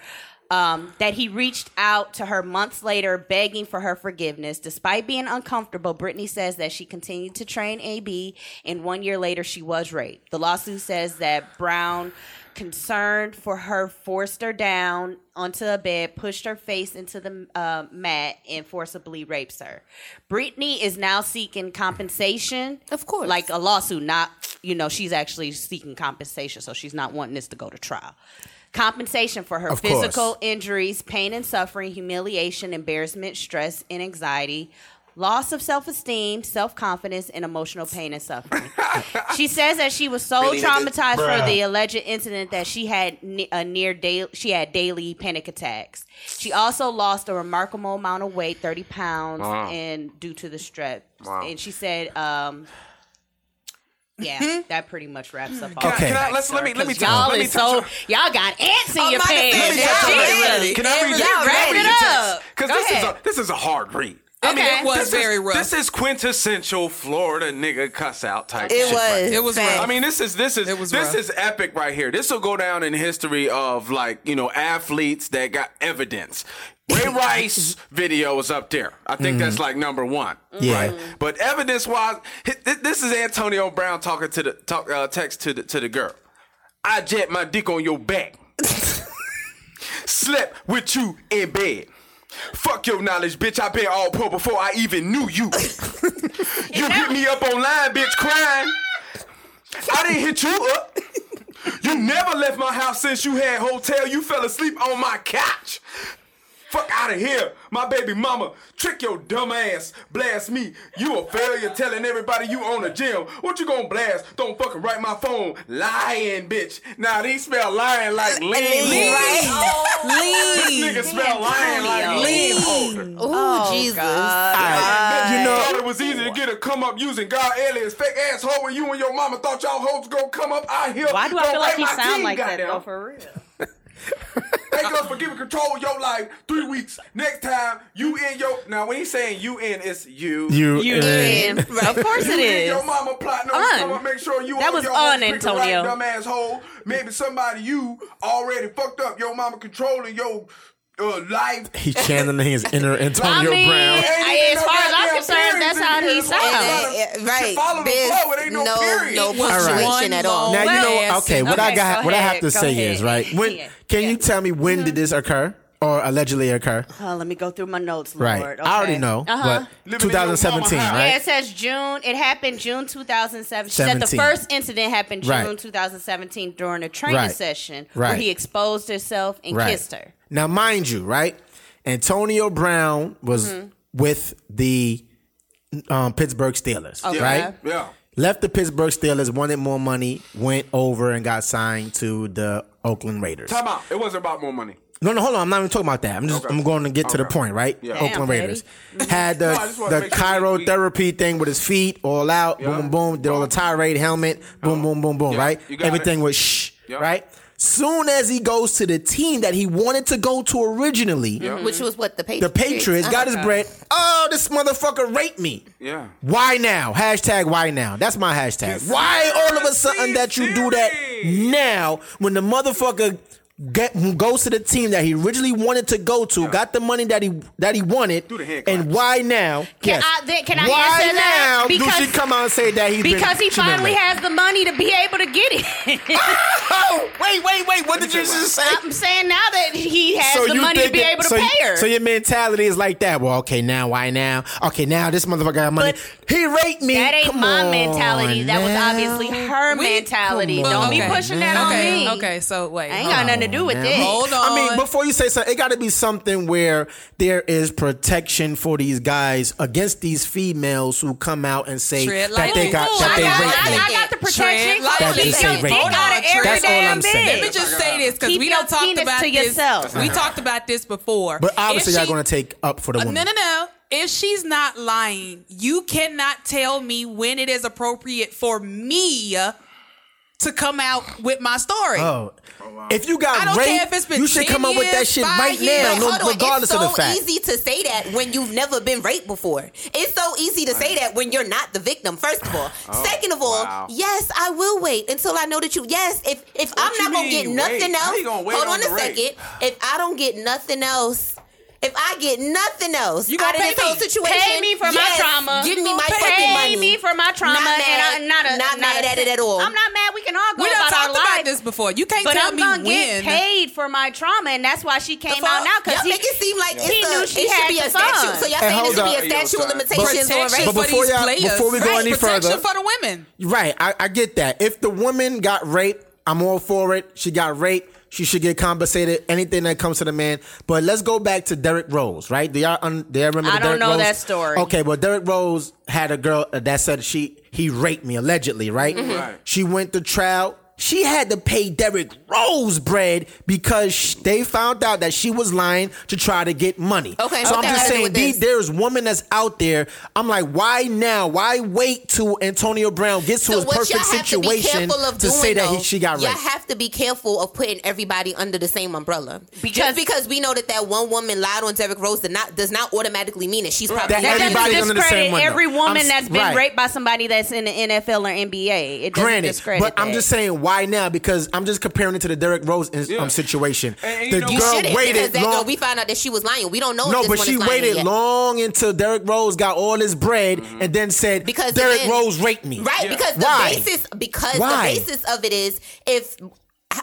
S8: um, that he reached out to her months later begging for her forgiveness. Despite being uncomfortable, Brittany says that she continued to train AB, and one year later, she was raped. The lawsuit says that Brown, concerned for her, forced her down onto a bed, pushed her face into the uh, mat, and forcibly rapes her. Brittany is now seeking compensation.
S5: Of course.
S8: Like a lawsuit, not, you know, she's actually seeking compensation, so she's not wanting this to go to trial. Compensation for her
S4: Of course.
S8: physical injuries, pain and suffering, humiliation, embarrassment, stress, and anxiety, loss of self esteem, self confidence, and emotional pain and suffering. she says that she was so traumatized for the alleged incident that she had ne- a near daily she had daily panic attacks. She also lost a remarkable amount of weight, thirty pounds,
S7: Wow.
S8: and due to the stress.
S7: Wow.
S8: And she said, um, "Yeah, that pretty much wraps up." All
S7: I-
S4: Okay.
S7: Hmm? can I- let's- let me- let me
S8: Cause
S7: talk-
S8: Y'all
S7: let me
S8: is
S7: talk
S8: so
S7: to- Oh,
S8: y'all got ants in your
S5: my
S8: pants.
S5: defense,
S8: Y'all
S5: y'all
S8: really-
S5: ready.
S7: Can I read
S5: Everything.
S7: y'all
S8: Wrap
S7: ready
S8: it
S7: to
S8: up.
S7: text? 'Cause
S8: Go
S7: this is
S8: ahead.
S7: a, this is a hard read.
S8: Okay.
S6: it was
S7: this
S6: very
S7: is,
S6: rough.
S7: This is quintessential Florida nigga cuss out type.
S5: It
S7: shit right
S5: was.
S7: here.
S6: It was
S5: Facts.
S6: rough.
S7: I mean, this is this is
S6: It was
S7: this
S6: rough.
S7: is epic right here. This will go down in history of like you know athletes that got evidence. Ray Rice video is up there. I think that's like number one,
S4: Yeah.
S7: right? But evidence wise, this is Antonio Brown talking to the talk uh, text to the to the girl. I jet my dick on your back. Slept with you in bed. Fuck your knowledge, bitch. I been all pro before I even knew you. you hit me up online, bitch, crying. I didn't hit you up. You never left my house since you had hotel. You fell asleep on my couch. Fuck out of here, my baby mama. Trick your dumb ass. Blast me. You a failure telling everybody you own a gym. What you gonna blast? Don't fucking write my phone. Lying, bitch. Now nah, they spell lying like lean.
S5: Lean,
S7: Right?
S6: Leave.
S7: Nigga spell lying like lean holder.
S5: Oh, Jesus.
S7: you know, thought it was easy to get a come up using God alias, fake asshole when you and your mama thought y'all hoes gonna come up out here.
S8: Why do I
S7: Gonna
S8: feel like
S7: wipe
S8: he
S7: my
S8: sound
S7: team,
S8: like that
S7: goddamn.
S8: though? For real.
S7: Thank us for giving control of your life three weeks. Next time, you in your. Now, when he's saying you in, it's you.
S4: You,
S6: You
S4: and-
S6: did.
S5: And-
S8: Of course it
S7: You and
S8: is.
S7: Your mama plotting on
S8: Un.
S7: you. Come up, make sure you
S8: That
S7: on
S8: was
S7: your
S8: un,
S7: own speaker
S8: Antonio.
S7: Right, dumb asshole. Maybe somebody you already fucked up. Your mama controlling your uh, life.
S4: He's channeling his inner
S8: I
S4: Antonio
S8: mean,
S4: Brown.
S7: Ain't
S8: I-
S7: even
S8: as
S7: no
S8: far as I'm
S7: goddamn
S8: concerned,
S7: periods
S8: that's
S7: in
S8: how
S7: here.
S8: he
S7: It's all
S8: sounds.
S7: about-
S5: And- right.
S7: Just follow the
S5: There's
S7: flow. It ain't no
S5: no,
S7: period.
S5: no
S7: It was
S5: punctuation
S6: one
S5: at all.
S6: long-
S4: Now you know
S6: Well,
S4: what? Okay, what
S8: Oh, okay,
S4: I got,
S8: go
S4: what I
S8: ahead,
S4: have to
S8: go
S4: say
S8: ahead.
S4: is right. When
S8: Yeah,
S4: can
S8: yeah.
S4: you tell me when did this occur or allegedly occur?
S8: Oh, let me go through my notes, Lord.
S4: Right, I already
S8: okay.
S4: know.
S8: Uh-huh.
S4: But
S7: Living in your mama
S4: 2017,
S7: house.
S8: Yeah,
S4: right?
S8: it says June. It happened June 2007. She said the
S4: 17.
S8: first incident happened June
S4: Right.
S8: 2017 during a training
S4: Right.
S8: session where
S4: Right.
S8: he exposed himself and kissed her.
S4: Now, mind you, right? Antonio Brown was
S8: Mm-hmm.
S4: with the um, Pittsburgh Steelers, right?
S7: Yeah.
S4: Left the Pittsburgh Steelers, wanted more money, went over and got signed to the Oakland Raiders.
S7: Time out. It wasn't about more money.
S4: No, no, hold on. I'm not even talking about that. I'm just
S7: Okay.
S4: I'm going to get to the
S7: Okay.
S4: point, right?
S7: Yeah. Damn,
S4: Oakland Raiders had
S7: No,
S4: the
S7: I just wanted
S4: the
S7: to make sure we-
S4: chirotherapy thing with his feet all out,
S7: Yeah. Uh-huh.
S4: boom, boom, boom. Did all the tirade helmet, boom, boom, boom, boom.
S7: Yeah,
S4: Right?
S7: you got
S4: Everything
S7: it.
S4: was shh.
S7: Yeah.
S4: Right? Soon as he goes to the team that he wanted to go to originally,
S5: Which was what the
S4: the
S5: Patriots. Uh-huh.
S4: Patriots got
S8: Uh-huh.
S4: his bread. Oh, this motherfucker raped me.
S7: Yeah.
S4: Why now? Hashtag why now. That's my hashtag. Why all of a sudden that you do that
S7: Conspiracy
S4: now when the motherfucker get, goes to the team that he originally wanted to go to, got the money that he that he wanted,
S7: Do the hand
S4: and
S7: clap.
S4: why now?
S8: Can
S4: Yes.
S8: I- then- can I
S4: why
S8: answer that?
S4: now do she
S8: Because-
S4: come out and say that he
S8: Because he
S4: been, she been
S8: finally
S4: raped?
S8: has the money to be able to get it.
S4: Oh, wait, wait, wait. What did you
S7: take one.
S4: just say?
S8: I'm saying now that he has the
S4: you
S8: money to
S4: think
S8: be
S4: it-
S8: able to
S4: so you-
S8: pay her.
S4: so your mentality is like that. Well, okay, now why now? Okay, now this motherfucker got money. he raped me.
S8: that ain't
S4: Come
S8: my
S4: on
S8: mentality. That was
S4: now.
S8: obviously her
S6: We-
S8: mentality.
S4: come
S8: Don't
S4: on
S8: be
S4: now.
S8: pushing that on
S6: Oh, okay,
S8: me.
S6: okay, so wait.
S8: I ain't got nothing to do with
S4: now.
S8: this.
S6: Hold on.
S4: I mean, before you say something, it got to be something where there is protection for these guys against these females who come out and say
S6: Tread
S4: that
S6: lightly.
S4: they got
S6: Ooh,
S4: that
S8: I
S4: they
S8: got,
S4: raped
S8: I,
S4: me.
S8: I got the
S6: Tread lightly.
S8: protection. Hold
S4: That
S8: on,
S4: they
S8: keep
S4: say
S8: your
S4: rape.
S8: dick out of every
S4: That's all
S8: damn
S4: I'm saying.
S8: bit.
S6: Let me just say this because
S8: Keep
S6: we
S8: your
S6: don't talked
S8: penis
S6: about
S8: to
S6: this.
S8: yourself.
S6: We talked about this before.
S4: But obviously,
S6: If
S4: y'all
S6: she-
S4: going to take up for the
S6: Uh,
S4: woman.
S6: No, no, no. If she's not lying, you cannot tell me when it is appropriate for me to to come out with my story.
S4: Oh. If you got
S6: I don't
S4: raped,
S6: care if it's been
S4: you should
S6: 10
S4: come up with that
S6: years,
S4: shit
S6: five
S4: right
S6: years.
S4: now,
S5: But
S4: no-
S5: hold on,
S4: regardless
S5: it's so
S4: of the fact.
S5: easy to say that when you've never been raped before. It's so easy to say that when you're not the victim. First of all, second of all,
S7: Oh, wow.
S5: yes, I will wait until I know that you. Yes, if if
S7: you
S5: I'm not gonna
S7: mean
S5: get nothing
S7: wait? How
S5: else,
S7: you gonna wait
S5: hold
S7: on
S5: on,
S7: the
S5: a
S7: rape?
S5: second. If I don't get nothing else. If I get nothing else
S6: You
S5: out of
S6: gonna
S5: this
S6: pay me.
S5: whole situation,
S8: Pay me for my
S5: yes,
S8: trauma.
S5: Give me
S6: You
S5: my
S6: gonna pay
S5: fucking
S8: Pay
S5: money.
S8: me for my trauma,
S5: Not mad,
S8: and I'm not a,
S5: not mad
S8: a-
S5: at it at all.
S8: I'm not mad. We can all go
S6: we done
S8: about our
S6: talked about
S8: life.
S6: this before. You can't
S8: But
S6: tell
S8: I'm
S6: me
S8: gonna
S6: when.
S8: get paid for my trauma, and that's why she came
S6: fuck?
S8: out now
S5: Y'all
S8: because
S5: make it seem like it's
S8: he
S5: a,
S8: knew she
S5: it should
S8: had
S5: be
S8: the
S5: a statute.
S8: funds.
S5: So y'all
S4: And
S5: saying
S4: hold
S5: it should
S4: up.
S5: be a statute
S7: But-
S5: of limitations on rape?
S6: protection
S4: But
S6: for
S4: before
S6: these
S4: y'all-
S6: players.
S4: before we go
S6: Right.
S4: any
S6: protection
S4: further-
S6: for the women.
S4: Right. I, I get that. If the woman got raped, I'm all for it. She got raped. She should get compensated. Anything that comes to the man. But let's go back to Derrick Rose, right? Do y'all, un, do y'all remember
S8: I
S4: the
S8: don't
S4: Derrick
S8: know
S4: Rose?
S8: that story.
S4: Okay, well, Derrick Rose had a girl that said she he raped me allegedly, right?
S7: Right.
S4: She went to trial. She had to pay Derrick Rose bread because sh- they found out that she was lying to try to get money.
S5: Okay,
S4: so
S5: what
S4: I'm
S5: that
S4: just
S5: gotta do
S4: saying,
S5: with
S4: the-
S5: this?
S4: there's women that's out there. I'm like, why now? Why wait till Antonio Brown gets to
S5: So
S4: his
S5: what y'all
S4: perfect
S5: have to be
S4: situation
S5: careful
S4: to,
S5: of doing,
S4: say that
S5: though,
S4: he, she got
S5: Y'all
S4: raped?
S5: have to be careful of putting everybody under the same umbrella.
S8: Because-
S5: Just because we know that that one woman lied on Derrick Rose did not, does not automatically mean that she's probably
S4: That
S8: That
S5: guilty.
S4: everybody- Everybody's
S8: doesn't
S4: under the same
S8: discredit
S4: window.
S8: every
S4: I'm
S8: woman
S4: s-
S8: that's been
S4: right.
S8: raped by somebody that's in the NFL or NBA. It doesn't
S4: Granted,
S8: discredit
S4: but I'm
S8: that.
S4: just saying why now because I'm just comparing it to the Derrick Rose in,
S7: Yeah.
S4: um, situation.
S7: And- and you
S4: the
S7: know-
S5: You
S4: girl
S5: shouldn't, because
S4: waited
S5: that girl,
S4: long.
S5: we found out that she was lying. We don't know.
S4: no,
S5: if this
S4: but
S5: one
S4: she
S5: is lying
S4: waited
S5: yet.
S4: long until Derrick Rose got all his bread
S7: Mm-hmm.
S4: and then said,
S5: Because
S4: Derrick
S5: then-
S4: Rose raped me.
S5: Right, because the
S4: Why?
S5: basis because
S4: Why?
S5: the basis of it is if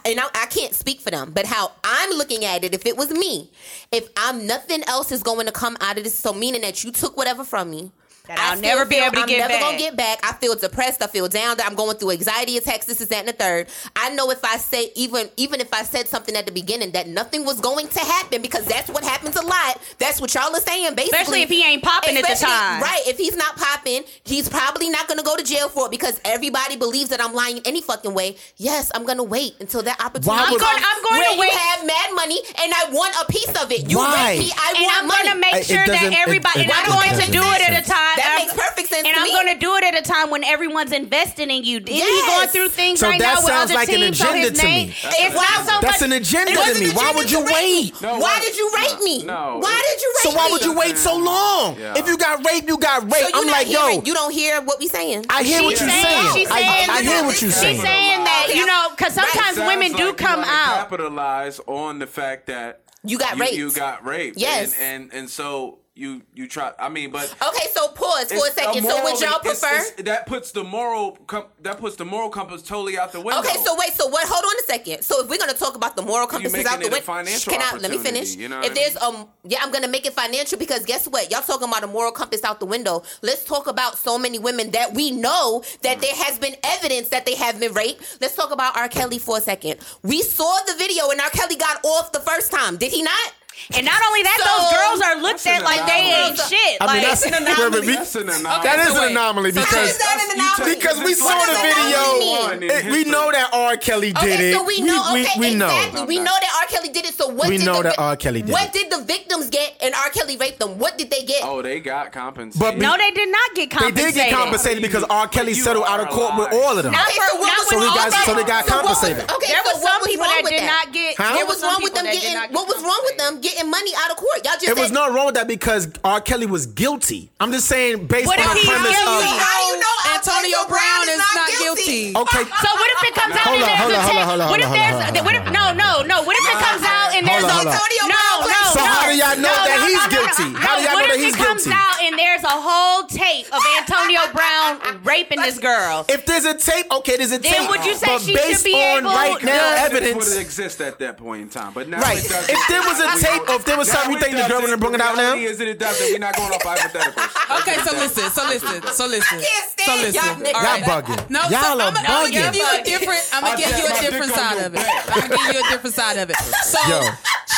S5: and I, I can't speak for them, but how I'm looking at it, if it was me, if I'm nothing else is going to come out of this, so meaning that you took whatever from me.
S8: That
S5: I
S8: I'll
S5: still
S8: never be
S5: feel
S8: able to
S5: I'm
S8: get
S5: never
S8: back.
S5: gonna get back. I feel depressed. I feel down. That I'm going through anxiety attacks. This is that and the third. I know if I say even even if I said something at the beginning that nothing was going to happen because that's what happens a lot. That's what y'all are saying basically.
S8: Especially if he ain't popping at the
S5: Especially-
S8: time.
S5: Right. If he's not popping, he's probably not going to go to jail for it because everybody believes that I'm lying any fucking way. Yes, I'm going to wait until that opportunity.
S4: Why would-
S5: comes
S8: I'm gonna- I'm going
S5: where
S8: to wait.
S5: You have mad money, and I want a piece of it. You
S4: Why?
S5: raped me. I
S8: and
S5: want
S8: I'm
S5: money.
S8: going to
S4: I-
S8: make
S4: it
S8: sure that
S4: doesn't- it-
S8: everybody.
S4: it
S8: and I'm
S4: doesn't
S8: going
S4: make
S8: to do it at a
S4: sense.
S8: time.
S5: That
S8: I'm-
S5: makes perfect sense
S8: And
S5: to me.
S8: I'm going to do it at a time when everyone's investing in you. Isn't
S5: Yes.
S8: he going through things
S4: So
S8: right
S4: that
S8: now with
S4: sounds
S8: other
S4: like an
S8: teams on
S4: agenda
S8: his
S4: to me.
S8: name? It's not so
S4: That's
S8: much-
S4: an agenda
S5: It
S4: to
S5: wasn't
S4: me.
S5: the
S4: Why
S5: gender
S4: would you
S5: to rape
S4: wait?
S5: me.
S7: No,
S5: why
S7: it-
S5: did you rape me?
S7: no,
S5: why
S7: it-
S5: did you
S4: So
S5: rape me?
S4: why would you wait so long?
S7: Yeah.
S4: If you got raped, you got
S5: So
S4: raped.
S5: you
S4: I'm
S5: not
S4: like,
S5: hearing,
S4: yo,
S5: you don't hear what we saying.
S4: I hear what
S8: She's
S4: you're
S8: saying-
S4: saying.
S8: she's
S4: I,
S8: saying-
S4: I hear what you're
S5: she's
S4: saying.
S8: She's saying that, you know, because sometimes
S7: Sounds
S8: women do
S7: like you
S8: come
S7: wanna
S8: out.
S7: Capitalize on the fact that
S5: You got
S7: you,
S5: raped.
S7: You got raped.
S5: Yes.
S7: and and, and so you you try. I mean, but
S5: Okay, so pause for a
S7: it's
S5: second. So
S7: morally-
S5: would y'all
S7: it's-
S5: prefer?
S7: it's- that puts the moral com- that puts the moral compass totally out the window.
S5: Okay, so wait, so what? Hold on a second. So if we're gonna talk about the moral compasses
S7: making
S5: out the
S7: it a
S5: window,
S7: financial
S5: can I let me
S7: opportunity,
S5: finish?
S7: you know what
S5: if
S7: I
S5: there's um, yeah, I'm gonna make it financial because guess what? Y'all talking about a moral compass out the window. Let's talk about so many women that we know that there has been evidence that they have been raped. Let's talk about R. Kelly for a second. We saw the video and R. Kelly got off the first time, did he not?
S8: And not only that,
S5: So-
S8: those girls are looked
S7: That's
S8: at
S7: an
S8: like they
S7: anomaly.
S8: ain't shit.
S4: I mean,
S8: Like,
S4: that's
S5: an anomaly.
S4: wait, wait, we-
S7: That's an anomaly.
S4: That is an
S6: Wait.
S4: anomaly
S6: So
S5: How
S4: because
S5: is that an
S7: You
S5: anomaly?
S7: take-
S4: because we
S7: What
S4: saw
S5: does
S4: the
S5: that
S4: video.
S5: mean?
S4: It- we know that R. Kelly did
S5: Okay,
S4: it.
S5: so we know.
S4: We,
S5: okay,
S4: we, we
S5: exactly.
S4: know.
S5: We know that R. Kelly did it. So what?
S4: We
S5: did
S4: know
S5: the,
S4: that
S5: vi-
S4: R. Kelly did
S5: What
S4: it.
S5: did the victims get? And R. Kelly raped them. What did they get?
S7: oh, they got compensated.
S4: But be-
S8: no, they did not get
S4: They
S8: compensated.
S4: did get compensated because R. Kelly
S7: But you
S4: settled out of
S7: are
S4: court with
S7: lying.
S4: all of them.
S8: Not
S5: Okay,
S8: for-
S5: so what was
S8: not with
S5: wrong
S4: So we got-
S5: with
S4: so they got
S5: that? what was-
S4: compensated.
S5: okay,
S8: There
S5: so what
S8: was some
S5: was
S8: people
S5: wrong
S8: that
S5: with
S8: did not
S4: Huh?
S8: get. There
S5: What
S4: There
S5: was
S8: some
S5: wrong with
S8: people
S5: them
S8: that did not
S5: getting?
S8: get
S5: What was wrong with
S8: compensated.
S5: them getting money out of court? Y'all just
S4: It was
S5: said-
S4: not wrong with that because R. Kelly was guilty. I'm just saying based
S8: What
S4: on
S8: if
S4: the
S8: he
S4: premise
S8: guilty?
S4: of.
S5: How you know uh,
S6: Antonio Brown is not guilty.
S4: uh, Okay.
S8: So what if it comes out
S4: Hold
S8: and
S4: on,
S8: there's
S4: hold
S8: a
S4: on,
S8: text?
S4: hold on,
S8: What if
S4: hold on,
S8: there's
S4: hold on,
S8: what if no no no? What if it comes out and there's
S4: Hold on, hold
S8: a
S4: on.
S5: Antonio
S8: no
S5: Brown
S8: no
S5: plays-
S4: So
S8: no?
S4: how do y'all know
S8: no,
S4: that
S8: no,
S4: he's
S8: no, no,
S4: guilty?
S8: No,
S4: How do y'all
S8: what
S4: know that
S8: if
S4: he's
S8: it comes
S4: guilty?
S8: out and there's a whole tape of Antonio Brown raping this girl?
S4: If there's a tape, okay, there's a
S8: Then
S4: tape.
S8: would you say
S4: but
S8: she should
S4: based
S8: be
S4: on
S8: able-
S4: right now
S8: No.
S7: Would
S4: evidence,
S7: it exist at that point in time? But now
S4: Right.
S7: it doesn't.
S4: If there was a
S7: We
S4: tape,
S7: don't-
S4: if there was something, you
S7: That
S4: think the girl
S7: doesn't-
S4: wouldn't bring it out now?
S7: reality Is it, it doesn't. We're not going off hypotheticals.
S6: Okay, so listen, so listen, so listen,
S5: can't
S6: so
S5: stand
S6: listen.
S5: y'all niggas.
S6: All
S4: Y'all bugging.
S6: No,
S4: Y'all
S6: so
S4: are
S6: I'm, gonna
S4: bugging.
S6: give you a different. I'm gonna
S7: I
S6: give you
S7: said my
S6: a
S7: dick
S6: different
S7: on
S6: side
S7: your
S6: of it.
S7: back.
S6: I'm gonna give you a different side of it. So
S4: Yo.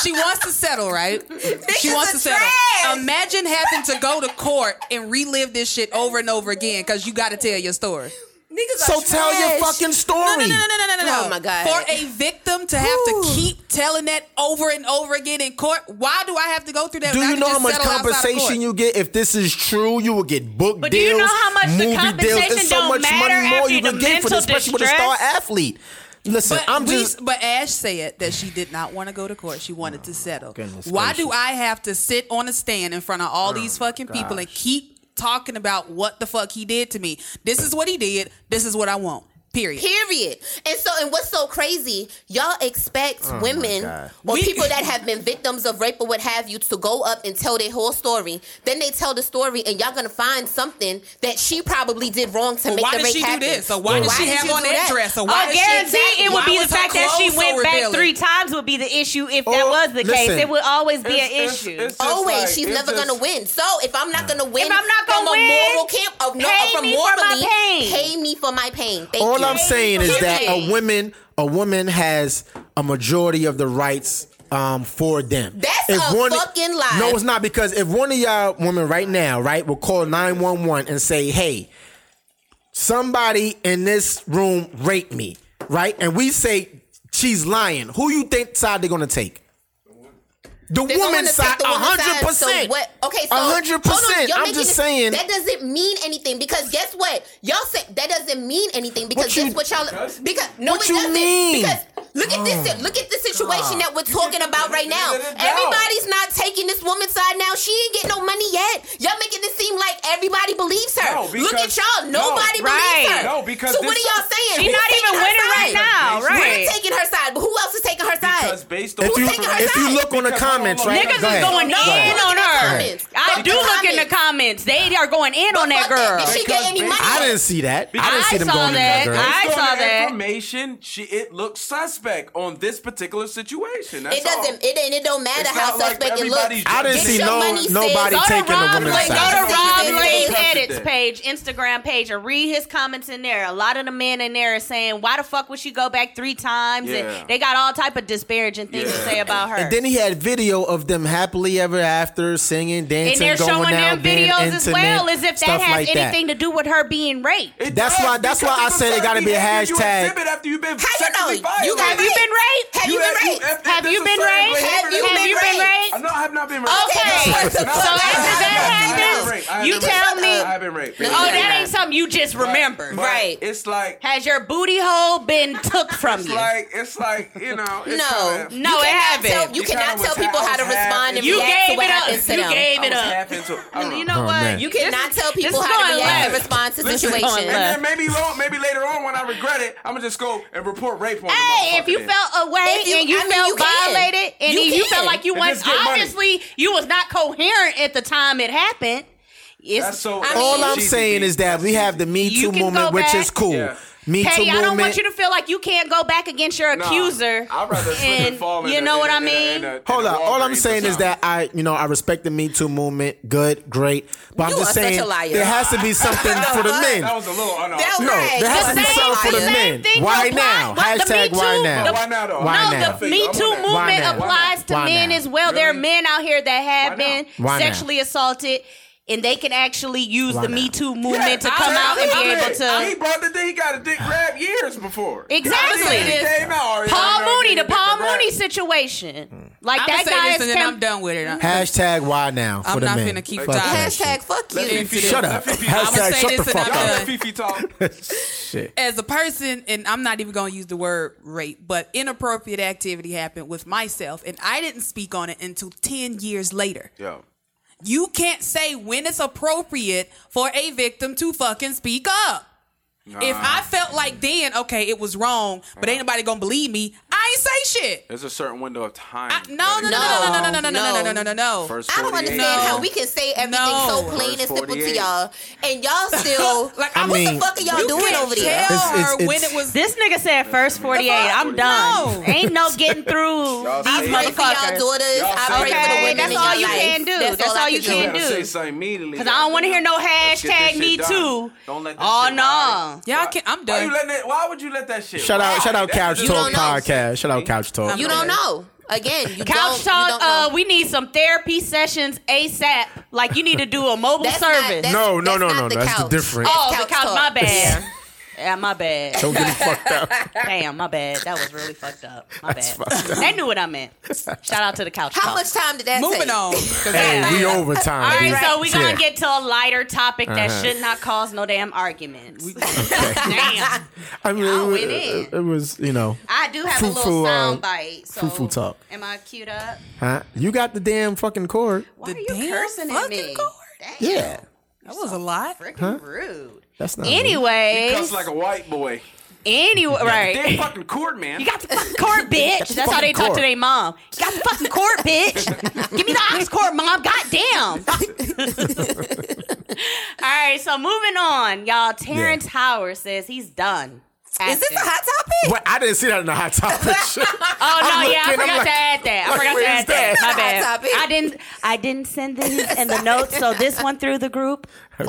S6: she wants to settle, right? She
S5: Niggas
S6: wants
S5: are
S6: to settle.
S5: trash.
S6: Imagine having to go to court and relive this shit over and over again because you got to tell your story.
S5: Niggas
S6: Niggas
S4: So
S6: are
S4: tell your
S6: trash.
S4: fucking story.
S6: No, no, no, no, no, no, no.
S5: Oh, my God.
S6: For a victim to have to keep telling that over and over again in court, why do I have to go through that?
S4: Do
S6: when I
S4: you
S6: can
S4: know
S6: just
S4: how much
S6: settle outside of court?
S4: compensation you get if this is true? You will get book
S8: But do
S4: deals,
S8: you know how much the
S4: movie deals. It's
S8: compensation
S4: so
S8: don't
S4: much money
S8: matter
S4: more
S8: after
S4: you
S8: the
S4: can get for this,
S8: mental
S4: especially with a star
S8: distress?
S4: athlete. Listen,
S6: But
S4: I'm
S6: we-
S4: just
S6: But Ash said that she did not want to go to court. She wanted to settle.
S4: goodness
S6: Why do
S4: gracious. Oh,
S6: I have to sit on a stand in front of all these fucking people and keep talking about what the fuck he did to me? This is what he did. This is what I want. Period.
S5: Period. And so, and what's so crazy, y'all expect
S4: Oh
S5: women
S4: God.
S5: or
S6: We-
S5: people that have been victims of rape or what have you to go up and tell their whole story. Then they tell the story, and y'all gonna find something that she probably did wrong to make
S6: why
S5: the
S6: did
S5: rape
S6: she do
S5: happen.
S6: this? Or why did she have
S5: you
S6: on
S5: do
S6: that dress? Or why
S8: I
S6: did she-
S8: guarantee it would
S6: Why
S8: be the
S6: was her
S8: fact that she
S6: clothes so
S8: went back
S6: revealing?
S8: three times would be the issue if that
S4: Or-
S8: was the case.
S4: Oh, listen.
S8: It would always be
S7: It's-
S8: an
S7: it's-
S8: issue.
S7: it's just
S5: Always,
S7: like-
S5: she's
S7: it's
S5: never
S7: just-
S5: gonna win. So if I'm not gonna win,
S8: If I'm not
S5: from
S8: gonna
S5: a
S8: win,
S5: moral camp of no,
S8: pay
S5: from
S8: me for my
S5: morally,
S8: pain.
S5: pay me for my pain. Thank
S4: all
S5: you.
S4: I'm saying is that a
S5: Period.
S4: woman a woman has a majority of the rights um, for them.
S5: That's a fucking lie.
S4: No, it's not because if one of y'all women right now, right, will call nine one one and say, "Hey, somebody in this room raped me," right, and we say she's lying, who you think side they're gonna take? The
S5: They're going
S4: woman
S5: to
S4: side,
S5: take the woman's
S4: hundred
S5: side, so
S4: percent.
S5: what- Okay, so
S4: hundred
S5: hold on,
S4: percent.
S5: y'all
S4: I'm
S5: making
S4: just
S5: this-
S4: saying.
S5: that doesn't mean anything because guess what? Y'all say that doesn't mean anything
S4: What
S5: because
S4: you-
S5: this what y'all because no
S4: What
S5: it
S4: you
S5: doesn't
S4: mean? Oh
S5: because look at this look at the situation that we're talking about right now.
S7: let it down.
S5: Everybody's not taking this woman's side now. She ain't getting no money yet. Y'all making this seem like everybody believes her.
S7: No,
S5: look at
S7: because-
S5: y'all.
S7: no,
S5: Nobody
S8: right.
S5: believes her.
S7: No, because
S5: so what are
S7: this-
S5: y'all saying?
S8: She's
S5: Who's
S8: not
S5: taking
S8: even
S5: her
S8: winning
S5: side?
S8: right now,
S7: We're
S8: right?
S5: We're taking her side, but who else is taking her
S7: Because
S5: side?
S7: based on
S4: If you
S5: Who's taking her
S4: if you
S5: side?
S4: look on the
S7: Because hold on,
S4: comments,
S7: hold
S4: right?
S7: on.
S8: Niggas
S4: Go
S8: is
S4: ahead.
S8: going
S5: No,
S4: Go ahead.
S8: in on her.
S5: Comments.
S8: I
S5: Fuck
S8: do
S5: the
S8: look in the
S5: comments.
S8: comments. They are going in on that
S5: Fuck that.
S8: girl.
S5: Did she get any money?
S4: I didn't see that. I didn't
S8: I
S4: see them
S8: saw
S4: going in
S8: that.
S4: that girl.
S8: I
S7: Based on
S8: saw
S7: the
S8: that.
S7: information. She it looks suspect on this particular situation. That's
S5: It doesn't.
S7: All.
S5: It ain't. It don't matter
S7: It's
S5: how
S7: not like
S5: suspect it
S7: everybody's
S5: looks.
S4: I didn't
S5: Get
S4: see
S5: your
S4: no
S5: money, sis.
S4: nobody
S5: Go to
S4: taking the
S8: Rob
S4: woman's
S8: Lake-
S4: side.
S8: Go to Rob Lane's
S5: That's
S7: it.
S8: edits page, Instagram page, and read his comments in there. A lot of the men in there are saying, "Why the fuck would she go back three times?"
S7: Yeah.
S8: And they got all type of disparaging things to
S7: Yeah.
S8: say about her.
S4: And then he had video of them happily ever after singing,
S8: And
S4: dancing,
S8: they're
S4: going
S8: showing
S4: out,
S8: them
S4: being
S8: videos
S4: intimate,
S8: as well, as if that
S4: stuff
S8: has
S4: like
S8: anything
S4: that.
S8: to do with her being raped.
S7: It
S4: That's
S7: does,
S4: why- that's
S7: because
S4: why I
S7: it's
S4: said it gotta
S7: certain
S4: be a
S7: behavior you
S4: hashtag.
S7: exhibit after you've been
S5: How you know?
S7: sexually
S5: You
S7: violated.
S5: got
S8: Have you been raped?
S5: Have you been
S7: have-
S5: raped?
S7: have-
S8: Have
S7: this
S8: you
S7: is certain
S8: been raped?
S7: behavior
S5: Have
S7: that-
S5: you
S8: Have
S5: been
S8: you been
S5: raped?
S7: I
S8: raped?
S7: know I have not been raped.
S8: Okay,
S5: Okay.
S8: so after
S5: No, I have not.
S8: that
S5: I have
S8: happens,
S7: been raped. I have
S8: you
S7: been raped.
S8: tell me.
S7: I have been raped.
S5: No,
S8: Oh,
S7: baby.
S8: that ain't something you just remembered.
S7: But
S5: Right.
S7: It's like
S8: Has your booty hole been took from
S7: it's
S8: you?
S7: like it's like you know. It's
S5: No.
S7: kinda-
S8: No,
S5: You
S8: it
S5: cannot
S8: haven't.
S5: tell- You
S7: You
S5: cannot
S7: kinda
S5: tell
S7: was
S5: people how to
S7: half- half-
S5: respond and
S7: You
S5: react to
S8: gave
S5: what
S8: it up.
S5: happens to
S8: You
S5: them.
S8: gave-
S7: I
S8: it
S7: was
S8: up.
S7: half into- I don't
S8: You
S7: know.
S8: know
S4: Oh,
S8: what?
S4: man.
S5: You
S8: This-
S5: cannot tell
S8: this
S5: people
S8: is
S5: how to
S8: going
S5: react and
S8: left.
S5: respond to
S7: Listen,
S5: situations.
S8: going
S7: And
S8: left.
S7: then maybe long, maybe later on when I regret it, I'm gonna just go and report rape on the
S8: Hey, if
S7: motherfucker
S8: you
S7: then.
S8: felt away
S5: If you-
S8: and you
S5: I mean,
S8: felt
S5: you can.
S8: violated and
S5: You
S8: you,
S5: can.
S8: felt like you
S7: And
S8: was
S7: just get money.
S8: obviously you was not coherent at the time it happened. It's,
S7: That's so.
S5: I
S7: that's
S4: All
S5: mean,
S4: I'm
S7: cheesy,
S4: saying
S7: B.
S4: is that we have the Me
S8: You
S4: Too
S8: can go
S4: movement, which
S8: back.
S4: is cool.
S7: Yeah.
S4: Me Too
S8: hey, I
S4: movement.
S8: don't want you to feel like you can't go back against your
S7: Nah,
S8: accuser.
S7: I'd rather slip and fall. in
S8: you
S7: a-
S8: know
S7: in
S8: what
S7: a-
S8: I
S7: in a- in
S8: mean?
S7: a- in a
S4: Hold up. All I'm
S7: Walgreens or
S4: saying is
S7: something.
S4: that I, you know, I respect the Me Too movement. Good, great. But I'm
S5: You are
S4: just
S5: such
S4: saying
S5: a liar.
S4: there has to be something for the men.
S7: That was a little
S5: That was-
S7: unauthentic.
S4: No,
S5: Right.
S4: there has
S5: The
S4: to be
S5: same-
S4: something for
S5: the
S4: the
S8: same
S4: men.
S8: thing
S4: Why
S8: apply-
S4: now?
S8: why- the Me
S4: Hashtag why
S8: Too-
S7: But
S4: now?
S8: the-
S7: why not? though?
S4: Why
S8: no,
S4: now?
S8: the Me
S7: I'm
S8: Too
S7: on that.
S8: movement
S4: Why now?
S8: applies to
S4: Why
S8: men
S4: now?
S8: as well. There are
S7: Really?
S8: men out here that have
S7: Why
S8: been
S7: now?
S4: Why now?
S8: sexually assaulted, and they can actually use
S4: Why
S8: the
S4: now?
S8: Me Too
S7: Yeah,
S8: movement to
S7: I
S8: come
S7: said
S8: out and
S7: he
S8: be
S7: did.
S8: able to.
S7: He brought the thing. He got a dick grab years before.
S8: Exactly.
S7: He came out already.
S8: Paul
S7: I know
S8: Mooney,
S7: he
S8: the
S7: did
S8: Paul
S7: grab.
S8: Mooney situation. Like
S6: I'm
S8: that
S6: gonna
S8: guy
S6: say this
S8: is
S6: and then
S8: temp-
S6: I'm done with it.
S4: Mm-hmm.
S6: Uh, I'm-
S4: Hashtag why now for
S6: I'm
S4: the
S6: not
S4: men.
S6: finna keep
S4: Fuck
S6: diving.
S4: that shit.
S5: Hashtag fuck
S7: Let
S5: you.
S7: Fifi
S4: Shut
S7: talk.
S4: up.
S7: Let Fifi
S6: I'ma
S7: talk.
S4: Hashtag
S6: say
S4: shut the
S6: this and
S4: fuck
S6: I'm
S7: Y'all
S6: done.
S4: up.
S7: let Fifi talk.
S6: as a person, and I'm not even going to use the word rape, but inappropriate activity happened with myself, and I didn't speak on it until 10 years later.
S7: Yo.
S6: You can't say when it's appropriate for a victim to fucking speak up. If I felt like then, okay, it was wrong, but ain't nobody gonna believe me, I ain't say shit.
S7: There's a certain window of time.
S6: I, no, no, no, no, no, no, no, no, no, no, no, no, no.
S7: First
S5: I don't
S7: 48
S5: understand
S6: No.
S5: how we can say everything
S6: No.
S5: so plain and
S7: Verse
S5: simple to
S7: 48.
S5: y'all, and y'all still
S6: Like,
S5: like,
S6: I
S5: what
S4: mean-
S5: the fuck are y'all
S6: You
S5: doing
S6: can't
S5: over there?
S6: tell
S4: It's- it's-
S6: her when
S4: it's-
S6: it was.
S8: This nigga said first 48. I'm done.
S6: No.
S8: Ain't no getting through
S7: Y'all
S8: these
S7: say-
S5: I pray for y'all
S8: motherfuckers.
S5: daughters. I
S7: Y'all
S5: pray
S7: say-
S5: for the
S7: Okay,
S5: women
S7: that's
S5: in
S7: all
S5: your
S7: you
S5: life.
S8: can do. That's all you
S5: I
S8: can
S5: do.
S8: do.
S7: Say something immediately.
S8: Because I don't want to hear no
S7: Let's get this
S8: hashtag
S7: shit
S8: me
S7: done.
S8: too.
S7: Don't let that
S8: Oh,
S7: shit
S8: no.
S7: ride.
S6: Y'all can't- I'm
S7: Why
S6: done.
S7: you letting that, why would you let that shit?
S4: Shout out,
S7: ride?
S4: shout out,
S7: That's
S4: Couch
S7: just-
S4: Talk
S5: don't know.
S4: podcast. Shout out, Couch Talk.
S5: You don't know. Again, you
S8: Couch
S5: don't, you
S8: talk,
S5: don't know.
S8: uh, we need some therapy sessions ASAP. Like, you need to do a mobile
S5: That's not-
S8: service.
S5: that's-
S4: No, no,
S5: that's
S4: no,
S5: not
S4: no,
S5: the
S4: that's the
S5: couch.
S4: difference.
S8: oh,
S5: Couch
S8: the couch,
S5: talk.
S8: my bad. Yeah, my bad.
S4: Don't get it fucked up.
S8: Damn, my bad. That was really fucked up. My
S4: That's
S8: bad.
S4: fucked up.
S8: They knew what I meant. Shout out to the couch.
S5: How
S8: Talk.
S5: much time did that take?
S6: Moving on. 'cause
S4: Hey, we over time.
S8: All right,
S4: bitch.
S8: so we're
S4: Yeah.
S8: gonna get to a lighter topic that
S4: Uh-huh.
S8: should not cause no damn arguments. damn,
S4: I mean,
S8: Y'all
S4: it,
S8: went in.
S4: it- it was you know,
S8: I do have a
S4: Fufu,
S8: little
S4: uh,
S8: sound bite. So
S4: fufu talk.
S8: Am I queued up?
S4: huh? You got the damn fucking cord.
S8: Why
S6: The
S8: are you
S6: damn
S8: cursing at
S6: fucking
S8: me?
S6: cord.
S8: Damn,
S4: Yeah, Uh-huh.
S6: That was a lot.
S8: freaking rude.
S4: that's not me.
S8: Anyways,
S7: Cuss like a white boy.
S8: anyway,
S7: Damn
S8: right?
S7: fucking cord, man.
S8: You got the fucking court, bitch. That's how
S4: fucking
S8: they talk
S4: court.
S8: to their mom. You got the fucking court, bitch. Give me the ox court, mom. Goddamn. All right, so moving on, y'all. Terrence Howard says he's done.
S5: Is this a
S8: acting.
S5: hot topic?
S4: Wait, I didn't see that in the hot topic.
S8: Oh no,
S4: I'm
S8: yeah, I
S4: looking, I'm
S8: forgot
S4: like-
S8: to add that. I
S4: like,
S8: forgot to
S4: where's
S8: add that.
S4: that?
S8: My bad.
S5: Hot topic.
S8: I didn't. I didn't send these in the notes, so this one through the group.
S4: oh,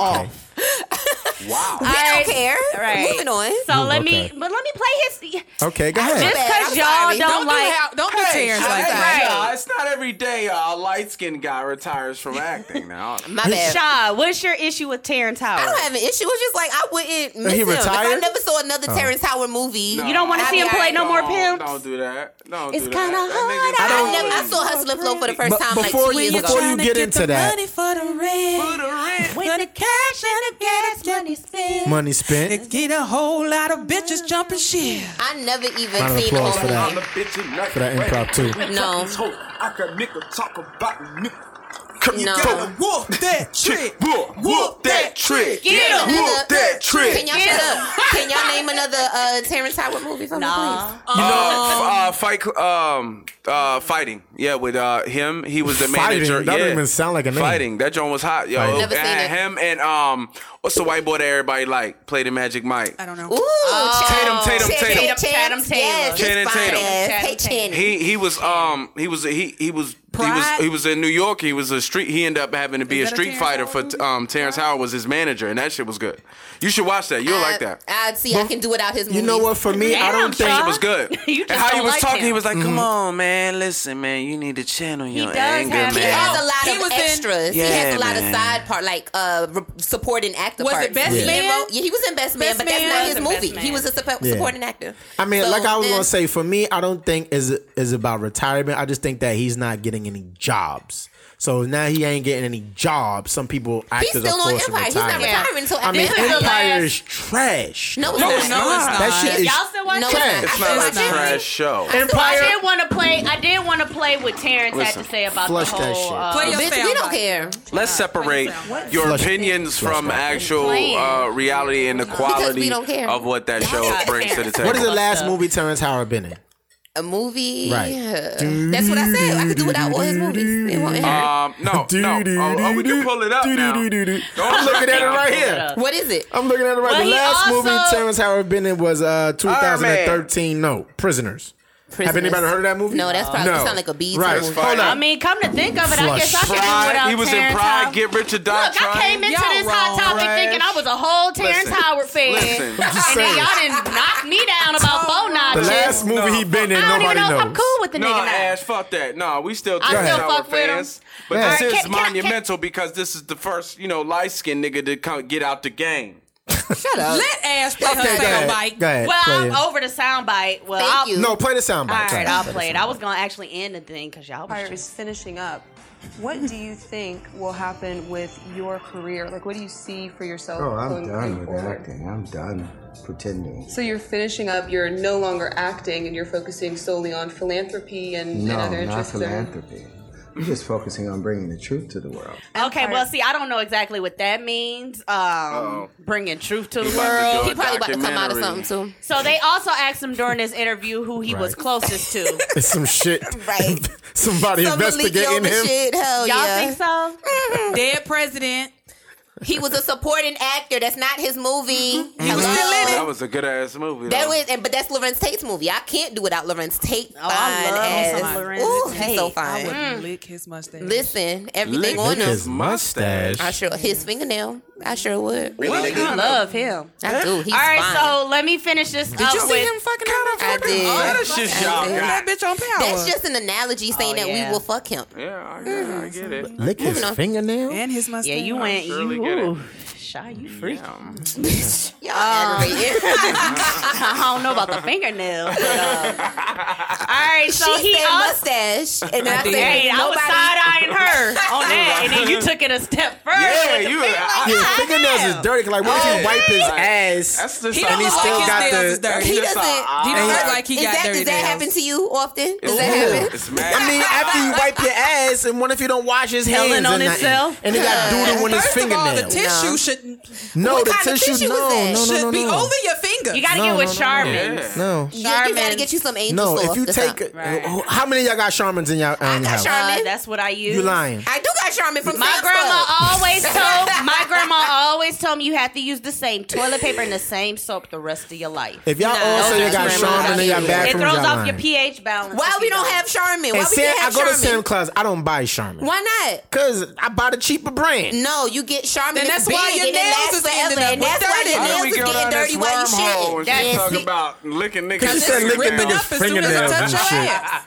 S5: We don't
S8: Alright.
S5: care.
S8: Right.
S5: Moving on.
S4: Ooh,
S8: So let
S4: okay.
S8: me, but let me play his.
S4: okay, go
S8: Just
S4: ahead.
S5: bad.
S8: because
S5: I'm
S8: y'all
S5: sorry.
S8: don't,
S6: Don't do,
S8: like,
S6: how, don't do
S7: Hey,
S6: Terrence
S7: hey,
S6: like that.
S8: Right.
S7: nah, it's not every day uh, a light skinned guy retires from acting now.
S5: My bad.
S8: Shaw, what's your issue with Terrence
S5: I
S8: Howard?
S5: don't have an issue. It's just like I wouldn't miss
S4: he
S5: him. If I
S4: retired? Oh.
S5: never saw another Terrence Howard movie.
S7: No,
S8: You don't wanna
S5: see him play
S8: no more
S7: don't-
S8: pimps?
S7: Don't do that. Don't
S8: It's
S7: do
S8: kinda
S7: that. That nigga's
S8: hard.
S5: I,
S8: I don't-
S5: never. I saw Hustle and Flow for the first
S4: But
S5: time like
S4: before
S5: two
S4: you-
S5: years
S4: before
S5: ago.
S4: you get into that,
S6: for the
S7: For
S6: rent.
S7: the rent.
S8: When the cash and the gas money spent.
S4: money spent.
S6: Get a whole lot of bitches jumping shit.
S5: I never
S4: Round
S5: even
S4: of
S5: seen
S4: applause
S5: the
S4: for
S5: whole
S4: that.
S7: I'm the bitch in
S4: For that impromptu.
S5: movie. No,
S7: I can make her talk about me.
S5: no.
S6: Whoop that shit.
S7: Whoop, whoop that trick.
S8: Get him.
S7: Whoop that
S5: Can
S7: trick.
S5: y'all shut up? Can y'all name another uh, Terrence Howard movie for me,
S8: Nah.
S5: please?
S7: You know, f- uh, fight, cl- um, uh, fighting. Yeah, with uh, him, he was the
S4: Fighting?
S7: manager.
S4: That
S7: yeah.
S4: don't even sound like a name.
S7: Fighting. That joint was hot, yo.
S4: Fighting.
S5: Never seen
S7: and
S5: it.
S7: him and um, what's the white boy that everybody like? Played the Magic Mike.
S6: I don't know.
S5: Ooh,
S6: Oh.
S7: Tatum, Tatum,
S5: Channing
S7: Tatum.
S5: Tatum,
S8: Channing Tatum.
S5: Yes, his
S7: Channing
S5: fine
S7: Tatum.
S5: ass.
S8: Channing
S5: Hey,
S8: Tatum.
S5: Channing.
S7: He he was um he was he he was he
S6: Pride?
S7: was he was in New York. He was a street. He ended up having to be a
S6: Is that a
S7: street
S6: Terrence
S7: fighter
S6: Howard
S7: for um Terrence Howard was his manager, and that shit was good. You should watch that. You'll like that.
S5: I, I Uh, see. I can do without his. Movies.
S4: You know what? For me, I don't
S8: Damn,
S4: think. Mm-hmm.
S7: It
S8: Sean.
S7: was good.
S8: You just
S7: and how he
S8: don't
S7: was
S8: like
S7: talking,
S8: him.
S7: he was like, "Come on, man, listen, man, you need to channel your
S8: does
S7: anger, man."
S8: have- he
S5: He has a lot
S6: He
S5: of
S6: was in-
S5: extras. he has
S7: Yeah,
S5: a lot of
S7: man.
S5: side part, like uh, re- supporting actor
S6: Was it
S5: parts.
S6: Best
S5: He
S6: Man?
S5: wrote- yeah, he was in Best Man,
S6: Best
S5: but
S6: Man?
S8: He
S5: that's not
S8: was in
S5: his movie.
S8: Best Man.
S5: He was a suppo-
S4: Yeah.
S5: supporting actor.
S4: I mean,
S5: So
S4: like I was
S5: then-
S4: gonna say, for me, I don't think is is about retirement. I just think that he's not getting any jobs. So now he ain't getting any jobs. Some people
S5: He's
S4: actors
S5: still
S4: are
S5: on
S4: forced to
S5: Empire. He's not
S4: retire.
S5: retiring until
S4: I
S5: after
S4: mean,
S5: Empire.
S4: Empire is trash.
S5: No, it's
S6: No,
S5: not.
S6: it's not.
S4: that shit is
S8: Y'all still watching?
S5: No,
S4: trash.
S5: it's
S7: It's not a
S5: Listen.
S7: trash show.
S8: I
S4: Empire.
S8: did want to play. I did want to play what Terrence
S7: Listen.
S8: had to say about
S4: Flush
S8: the
S4: that
S8: whole.
S4: shit.
S8: uh,
S6: Play your
S5: Bitch,
S6: sound
S5: we don't
S6: bite.
S5: care.
S7: Let's separate your
S4: Flush it.
S7: opinions from
S4: that.
S7: actual
S8: Playing.
S7: uh, reality and the quality
S5: don't care.
S7: of what that show
S8: don't
S7: brings to
S8: care.
S7: the
S4: What
S7: table.
S4: is the last
S8: up.
S4: movie Terrence Howard been in?
S5: A movie.
S4: Right.
S5: That's what I said. I could do without all his movies. It won't hurt.
S7: Um, no, no. Oh, oh, we can pull it up now.
S4: I'm looking at it right
S8: Pull it
S4: here.
S8: up.
S5: What is it?
S4: I'm looking at it right.
S8: Well,
S4: the
S8: he
S4: last
S8: also-
S4: movie Terrence Howard been in was uh, 2013. No, Prisoners. Have
S5: Prisoners.
S4: anybody heard of that movie?
S5: No, that's probably- that sound like a BET
S4: Right.
S5: movie.
S4: Hold
S7: Fire.
S8: I
S4: on.
S8: mean, come to think of it, I guess I
S4: Flush.
S8: can do
S7: Pride.
S8: without
S7: He was
S8: Terrence
S7: in Pride.
S8: Howard.
S7: Get rich or die
S8: Look, I
S7: trying.
S8: came into
S6: Y'all
S8: this hot
S6: wrong,
S8: topic
S7: trash.
S8: thinking I was a whole Terrence
S7: Listen,
S8: Howard fan,
S7: listen.
S8: and
S7: I'm
S4: just
S8: then
S4: saying.
S8: y'all didn't knock me down about
S4: The
S8: Bo Notch.
S4: last movie he been in,
S8: I don't even
S4: nobody
S8: know.
S4: knows.
S8: I'm cool with the
S7: No,
S8: nigga now.
S7: Ash, fuck that. No, we still
S8: I
S7: Terrence
S8: still
S7: Howard
S8: fuck with him.
S7: fans. But
S4: Yeah.
S7: this
S8: All right,
S7: is
S8: can- can I- can-
S7: monumental because this is the first, you know, light skinned nigga to come get out the game.
S5: Shut up.
S6: Let Ash play her
S4: Go
S5: Okay,
S6: sound
S4: ahead.
S6: bite.
S4: Go ahead.
S8: Well,
S4: Play it.
S8: I'm over the soundbite. Well,
S5: Thank
S8: I'll,
S5: you.
S4: No, play the soundbite.
S8: All
S4: Sorry.
S8: right, I'll play it. I was gonna actually end the thing because y'all was.
S1: Empire is finishing up. What do you think will happen with your career? Like, what do you see for yourself?
S9: Oh, I'm
S1: going
S9: done with
S1: forward?
S9: acting. I'm done pretending.
S1: So you're finishing up. You're no longer acting, and you're focusing solely on philanthropy and, and
S9: No,
S1: other
S9: not
S1: interests. there.
S9: philanthropy. I'm just focusing on bringing the truth to the world.
S8: Okay, well, see, I don't know exactly what that means. Um, bringing truth to the world.
S5: He probably about to come out of something too.
S8: So they also asked him during this interview who he was closest to. Y'all
S4: It's some shit.
S5: Right.
S4: Somebody
S5: Some
S4: investigating
S5: Malik Yoba
S4: him.
S5: Shit. Hell Oh, yeah.
S8: think so?
S6: Dead president.
S5: He was a supporting actor. That's not his movie.
S8: Mm-hmm.
S5: Hello.
S7: Oh, That was a good ass movie.
S5: That
S7: though.
S5: was, and, but that's Lorenz Tate's movie. I can't do without Lorenz Tate.
S8: Oh, I
S5: fine
S8: love
S5: ass.
S8: some Lorenz
S5: Ooh,
S8: Tate.
S5: he's so
S6: I
S5: fine.
S6: would lick his mustache.
S5: Mm. Listen, everything
S7: Lick
S5: on him.
S7: his mustache.
S5: I sure his fingernail. I sure would.
S8: I love him.
S5: I do. He's
S8: All right,
S5: fine.
S8: so let me finish this up
S6: you see
S8: with.
S6: him fucking
S5: I
S6: her?
S5: did.
S7: Oh, that's just y'all
S6: That
S7: got.
S6: bitch on power.
S5: That's just an analogy saying
S8: Oh,
S5: that
S8: yeah.
S5: we will fuck him.
S7: Yeah, I, I get it.
S4: Lick his fingernail.
S6: and his mustache.
S8: yeah, you went.
S7: surely
S8: You
S7: get it.
S8: ooh, Shy, you freak.
S7: Um,
S5: Y'all
S8: Oh.
S5: aggravated.
S8: I don't know about the fingernails. But, uh, all right, so
S5: she
S8: he
S5: said
S8: also
S5: mustache, and I
S6: did.
S5: said
S8: Hey, I was
S5: nobody.
S8: side eyeing her on that, and then you took it a step further.
S7: yeah,
S8: with the
S7: you.
S8: finger-
S7: I-
S4: His fingernails is dirty. 'cause, Like, what if
S7: Oh,
S4: he wipe his
S7: like,
S4: ass?
S7: that's just
S6: He
S7: a-
S6: don't
S4: he
S6: look
S4: still
S6: like
S4: got
S6: his nails
S4: the-
S6: is dirty.
S5: He
S7: It's just
S5: doesn't.
S7: a-
S6: he don't
S7: I-
S6: uh, look like he
S5: Is
S6: got
S5: that,
S6: dirty
S5: does that
S6: nails.
S5: happen to you often? Does
S7: It's
S5: that
S7: weird.
S5: happen?
S7: It's mad.
S4: I mean, after you wipe your ass, and what if you don't wash his hands
S8: Helen on
S4: or nothing?
S8: himself?
S4: and he got doodle on his
S6: First of all, the
S4: fingernails?
S6: tissue
S5: No.
S6: should
S4: No,
S5: what
S4: the
S5: kind of
S4: tissue,
S5: tissue was
S4: no, no,
S5: that?
S4: no,
S6: should
S4: no,
S6: be
S4: no.
S6: over your finger.
S8: You gotta
S4: No,
S8: get with
S4: no, no, no.
S8: Charmin.
S7: Yeah.
S4: No,
S5: You, you gotta
S8: Charmin.
S5: get you some angel
S4: no.
S5: sauce
S4: If you
S5: or
S4: take,
S5: something.
S4: uh, how many of y'all got Charmins in y'all? in your house?
S8: Uh, that's what I use.
S4: You lying?
S5: I do got Charmin from
S8: My
S5: Sam's
S8: grandma
S5: Club.
S8: always told my grandma always told me you have to use the same toilet paper and the same soap the rest of your life.
S4: If y'all all say you got
S8: Grandma's
S4: Charmin in
S8: out
S4: your
S8: here.
S4: bathroom,
S8: it throws
S4: y'all
S8: off
S4: lying.
S8: your pH balance.
S5: Why
S8: if
S5: we
S8: you
S5: don't have Charmin? Why
S4: And
S5: we
S4: Sam,
S5: can't
S4: I
S5: have
S4: go to Sam
S5: Charmin?
S4: Clubs. I don't buy Charmin
S5: Why not?
S4: because I bought a cheaper brand.
S5: No, you get Charmin.
S6: Then that's
S5: it's
S6: why
S5: big
S6: your
S5: and it
S6: nails
S5: lasts
S6: is
S5: forever,
S6: ending up
S5: and that's why
S6: dirty.
S5: your
S6: Why
S5: nails is getting dirty while you shitting.
S7: That's
S5: That's
S7: talking
S5: it.
S7: about licking niggas.
S4: You
S6: It's
S4: said
S7: fingers.
S4: licking
S6: ripping
S4: niggas'
S6: up as soon as
S4: fingernails
S6: I touch
S4: and
S6: your
S4: shit.
S6: ass.